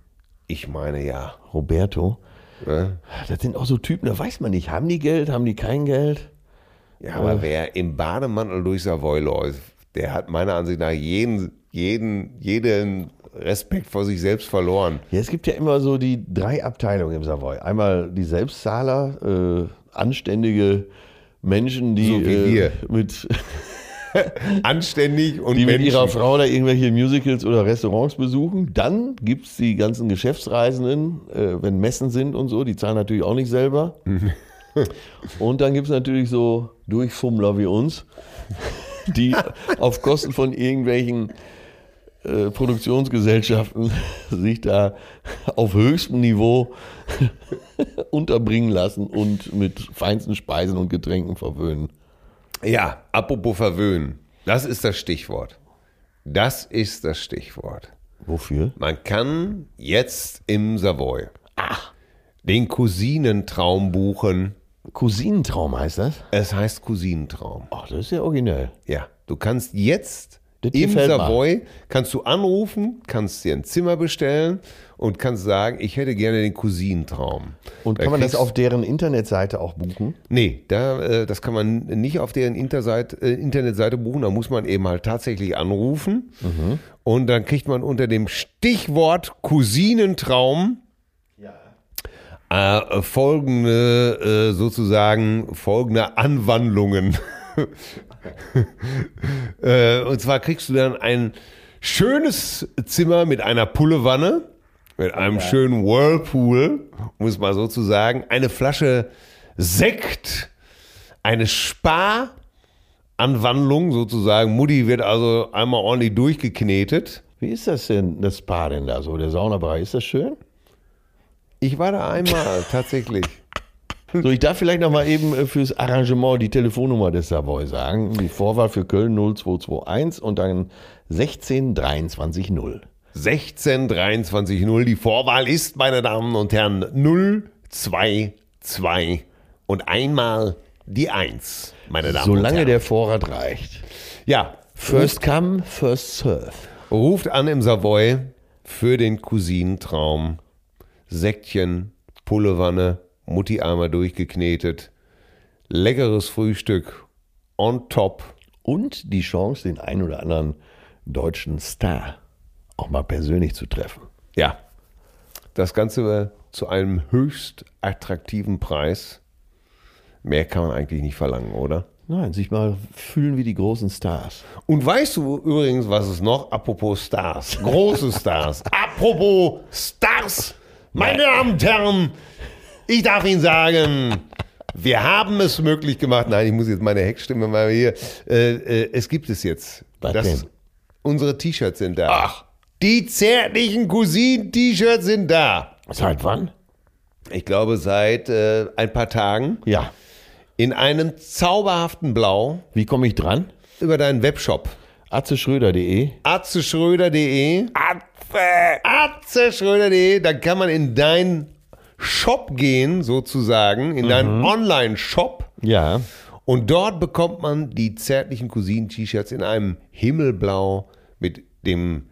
Speaker 3: Ich meine ja.
Speaker 2: Roberto.
Speaker 3: Ne?
Speaker 2: Das sind auch so Typen, da weiß man nicht, haben die Geld, haben die kein Geld? Äh.
Speaker 3: Ja, aber wer im Bademantel durch Savoy läuft, der hat meiner Ansicht nach jeden, jeden, jeden Respekt vor sich selbst verloren.
Speaker 2: Ja, es gibt ja immer so die drei Abteilungen im Savoy. Einmal die Selbstzahler, äh, anständige Menschen, die
Speaker 3: So wie wir.
Speaker 2: äh, mit
Speaker 3: Anständig und
Speaker 2: die mit
Speaker 3: Menschen.
Speaker 2: ihrer Frau da irgendwelche Musicals oder Restaurants besuchen. Dann gibt es die ganzen Geschäftsreisenden, äh, wenn Messen sind und so, die zahlen natürlich auch nicht selber. und dann gibt es natürlich so Durchfummler wie uns, die auf Kosten von irgendwelchen äh, Produktionsgesellschaften sich da auf höchstem Niveau unterbringen lassen und mit feinsten Speisen und Getränken verwöhnen.
Speaker 3: ja, apropos verwöhnen. Das ist das Stichwort. Das ist das Stichwort.
Speaker 2: Wofür?
Speaker 3: Man kann jetzt im Savoy
Speaker 2: Ah.
Speaker 3: den Cousinentraum buchen.
Speaker 2: Cousinentraum heißt das?
Speaker 3: Es heißt Cousinentraum.
Speaker 2: Ach, das ist ja originell.
Speaker 3: Ja, du kannst jetzt
Speaker 2: Das
Speaker 3: im
Speaker 2: gefällt mir.
Speaker 3: Savoy, kannst du anrufen, kannst dir ein Zimmer bestellen und kannst sagen, ich hätte gerne den Cousinentraum.
Speaker 2: Und
Speaker 3: Da
Speaker 2: kann man das
Speaker 3: kriegst-
Speaker 2: auf deren Internetseite auch buchen?
Speaker 3: Nee, da, äh, das kann man nicht auf deren Interseite, äh, Internetseite buchen, da muss man eben halt tatsächlich anrufen und dann kriegt man unter dem Stichwort Cousinentraum äh, folgende äh, sozusagen folgende Anwandlungen. äh, und zwar kriegst du dann ein schönes Zimmer mit einer Pullewanne, mit einem schönen Whirlpool, um es mal so zu sagen, eine Flasche Sekt, eine Sparanwandlung sozusagen. Mutti wird also einmal ordentlich durchgeknetet.
Speaker 2: Wie ist das denn, das Spa denn da so, der Saunabereich? Ist das schön?
Speaker 3: Ich war da einmal, tatsächlich.
Speaker 2: So, ich darf vielleicht nochmal eben äh, fürs Arrangement die Telefonnummer des Savoy sagen. Die Vorwahl für Köln 0221 und dann 16230.
Speaker 3: 16230. Die Vorwahl ist, meine Damen und Herren, 022 und einmal die 1, meine Damen und
Speaker 2: Solange
Speaker 3: Herren.
Speaker 2: der Vorrat reicht.
Speaker 3: ja,
Speaker 2: First come, first serve.
Speaker 3: ruft an im Savoy für den Cousinentraum. Säckchen, Pullewanne, Mutti einmal durchgeknetet, leckeres Frühstück on top.
Speaker 2: Und die Chance, den ein oder anderen deutschen Star auch mal persönlich zu treffen.
Speaker 3: Ja, das Ganze äh, zu einem höchst attraktiven Preis. Mehr kann man eigentlich nicht verlangen, oder?
Speaker 2: Nein, sich mal fühlen wie die großen Stars.
Speaker 3: Und weißt du übrigens, was es noch? Apropos Stars. Große Stars. Apropos Stars. Meine Damen und Herren, ich darf Ihnen sagen, wir haben es möglich gemacht. Nein, ich muss jetzt meine Heckstimme mal hier. Äh, äh, es gibt es jetzt.
Speaker 2: Was denn?
Speaker 3: Unsere T-Shirts sind da.
Speaker 2: Ach.
Speaker 3: Die zärtlichen Cousinen-T-Shirts sind da.
Speaker 2: Seit wann?
Speaker 3: Ich glaube, seit äh, ein paar Tagen
Speaker 2: Ja.
Speaker 3: in einem zauberhaften Blau
Speaker 2: Wie komme ich dran?
Speaker 3: über deinen Webshop.
Speaker 2: atzeschröder.de
Speaker 3: atzeschröder.de Atze! atzeschröder.de Da kann man in deinen Shop gehen, sozusagen, in deinen Online-Shop.
Speaker 2: Ja.
Speaker 3: Und dort bekommt man die zärtlichen Cousinen-T-Shirts in einem Himmelblau mit dem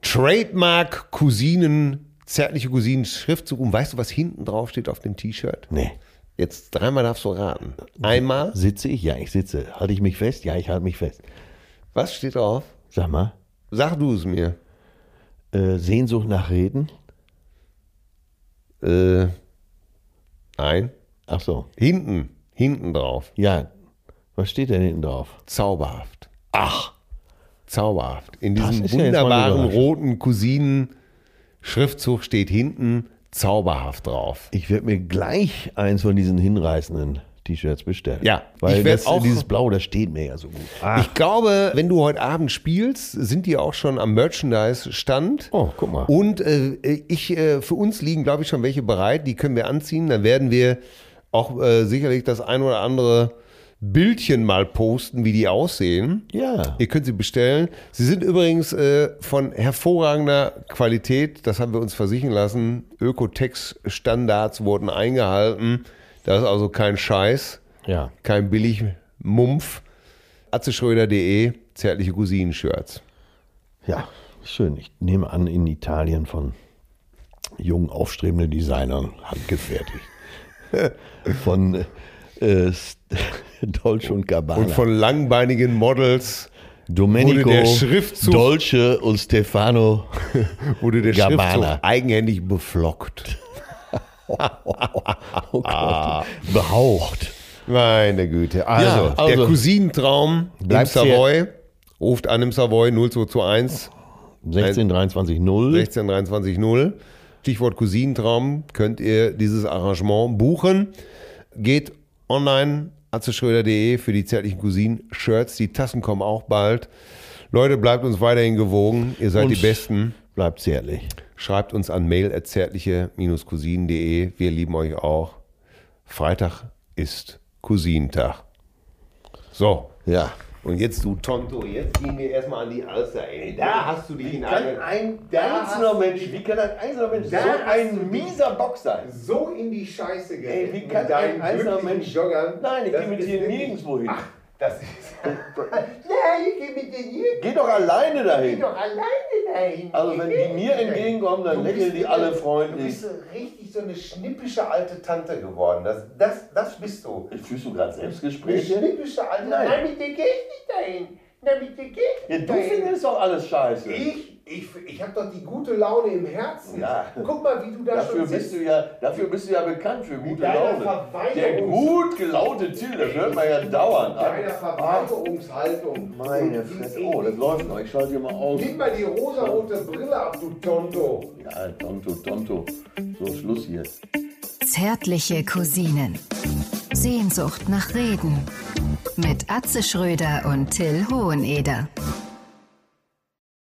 Speaker 3: Trademark Cousinen, zärtliche Cousinen Schriftzug. Und weißt du, was hinten drauf steht auf dem T-Shirt?
Speaker 2: Nee.
Speaker 3: Jetzt dreimal darfst du raten. Einmal,
Speaker 2: Sitze ich? Ja, ich sitze. Halte ich mich fest? Ja, ich halte mich fest.
Speaker 3: was steht drauf?
Speaker 2: Sag mal,
Speaker 3: Sag du es mir.
Speaker 2: äh, Sehnsucht nach Reden?
Speaker 3: Äh, nein.
Speaker 2: Ach so.
Speaker 3: Hinten, hinten drauf.
Speaker 2: Ja. Was steht denn hinten drauf?
Speaker 3: Zauberhaft. Ach. Zauberhaft. In
Speaker 2: Das
Speaker 3: diesem
Speaker 2: ist ja jetzt mal eine
Speaker 3: wunderbaren
Speaker 2: Überraschung.
Speaker 3: roten Cousinen-Schriftzug steht hinten zauberhaft drauf.
Speaker 2: Ich werde mir gleich eins von diesen hinreißenden T-Shirts bestellen.
Speaker 3: Ja,
Speaker 2: Weil
Speaker 3: ich werd
Speaker 2: das,
Speaker 3: auch-
Speaker 2: dieses Blau, das steht mir ja so gut. Ah.
Speaker 3: Ich glaube, wenn du heute Abend spielst, sind die auch schon am Merchandise-Stand.
Speaker 2: Oh, guck mal.
Speaker 3: Und äh, ich, äh, für uns liegen, glaube ich, schon welche bereit. Die können wir anziehen. Dann werden wir auch äh, sicherlich das ein oder andere Bildchen mal posten, wie die aussehen.
Speaker 2: Ja.
Speaker 3: Ihr könnt sie bestellen. Sie sind übrigens äh, von hervorragender Qualität. Das haben wir uns versichern lassen. Ökotex-Standards wurden eingehalten. Das ist also kein Scheiß,
Speaker 2: Ja.
Speaker 3: kein Billigmumpf. atzeschröder.de, zärtliche Cousinen-Shirts.
Speaker 2: Ja, schön. Ich nehme an, in Italien von jungen, aufstrebenden Designern handgefertigt. von äh, St- Dolce und Gabbana.
Speaker 3: Und von langbeinigen Models
Speaker 2: Domenico,
Speaker 3: wurde der Schriftzug-
Speaker 2: Dolce und Stefano.
Speaker 3: wurde der
Speaker 2: Gabbana.
Speaker 3: Schriftzug eigenhändig beflockt.
Speaker 2: Oh Gott. Behaucht.
Speaker 3: Meine Güte. Also,
Speaker 2: Ja, also.
Speaker 3: der Cousinentraum im
Speaker 2: Bleibt's hier.
Speaker 3: Savoy. Ruft an im Savoy 0221.
Speaker 2: 16, 23, 0.
Speaker 3: 16230. Stichwort Cousinentraum könnt ihr dieses Arrangement buchen. Geht online atzeschröder.de für die zärtlichen Cousinen-Shirts. Die Tassen kommen auch bald. Leute, bleibt uns weiterhin gewogen. Ihr seid
Speaker 2: Und-
Speaker 3: die Besten.
Speaker 2: Bleibt zärtlich.
Speaker 3: Schreibt uns an mail cousinde Wir lieben euch auch. Freitag ist Cousinentag. So.
Speaker 2: Ja.
Speaker 3: Und jetzt du Tonto, jetzt gehen wir erstmal an die Alster, ey. Da hast du dich in eine-
Speaker 4: ein
Speaker 3: Da
Speaker 4: einzelner
Speaker 3: hast-
Speaker 4: Mensch, wie kann ein einzelner Mensch
Speaker 3: Da
Speaker 4: so
Speaker 3: hast du-
Speaker 4: ein mieser Bock sein?
Speaker 3: so in die Scheiße
Speaker 4: Ey, wie kann ein einzelner Mensch
Speaker 3: joggern?
Speaker 4: Nein, ich
Speaker 3: Das
Speaker 4: gehe mit
Speaker 3: ist
Speaker 4: dir
Speaker 3: wirklich-
Speaker 4: nirgendwo hin.
Speaker 3: Das ist.
Speaker 4: Nein, ich gehe mit dir nirgendwo Geh doch alleine dahin.
Speaker 3: alleine dahin.
Speaker 4: Also wenn die mir entgegenkommen, dann lächeln die alle freundlich.
Speaker 3: so richtig so eine schnippische alte Tante geworden. Das, das, das bist du.
Speaker 4: Ich fühlst du gerade
Speaker 3: Eine
Speaker 4: Selbstgespräche?
Speaker 3: schnippische alte Tante. Nein, mit dir geh ich nicht dahin. Nein, mit dir geh ich
Speaker 4: Ja,
Speaker 3: nicht
Speaker 4: du findest doch alles scheiße.
Speaker 3: Ich, ich, ich habe doch die gute Laune im Herzen.
Speaker 4: Ja.
Speaker 3: Guck mal, wie du da
Speaker 4: Dafür
Speaker 3: schon
Speaker 4: bist,
Speaker 3: sitzt.
Speaker 4: du ja, dafür bist du ja bekannt, für gute
Speaker 3: deiner
Speaker 4: Laune. Der
Speaker 3: Verweigerungs-
Speaker 4: gut gelaunte Till, das hört man ja dauernd
Speaker 3: Deiner
Speaker 4: an.
Speaker 3: Verweigerungshaltung.
Speaker 4: Meine
Speaker 3: Die
Speaker 4: Fresse.
Speaker 3: ewig-
Speaker 4: Oh, das läuft noch. Ich schalte hier mal aus.
Speaker 3: Nimm mal die rosarote Brille ab, du Tonto.
Speaker 4: Ja, Tonto, Tonto. So, Schluss hier.
Speaker 1: Zärtliche Cousinen. Sehnsucht nach Reden. Mit Atze Schröder und Till Hoheneder.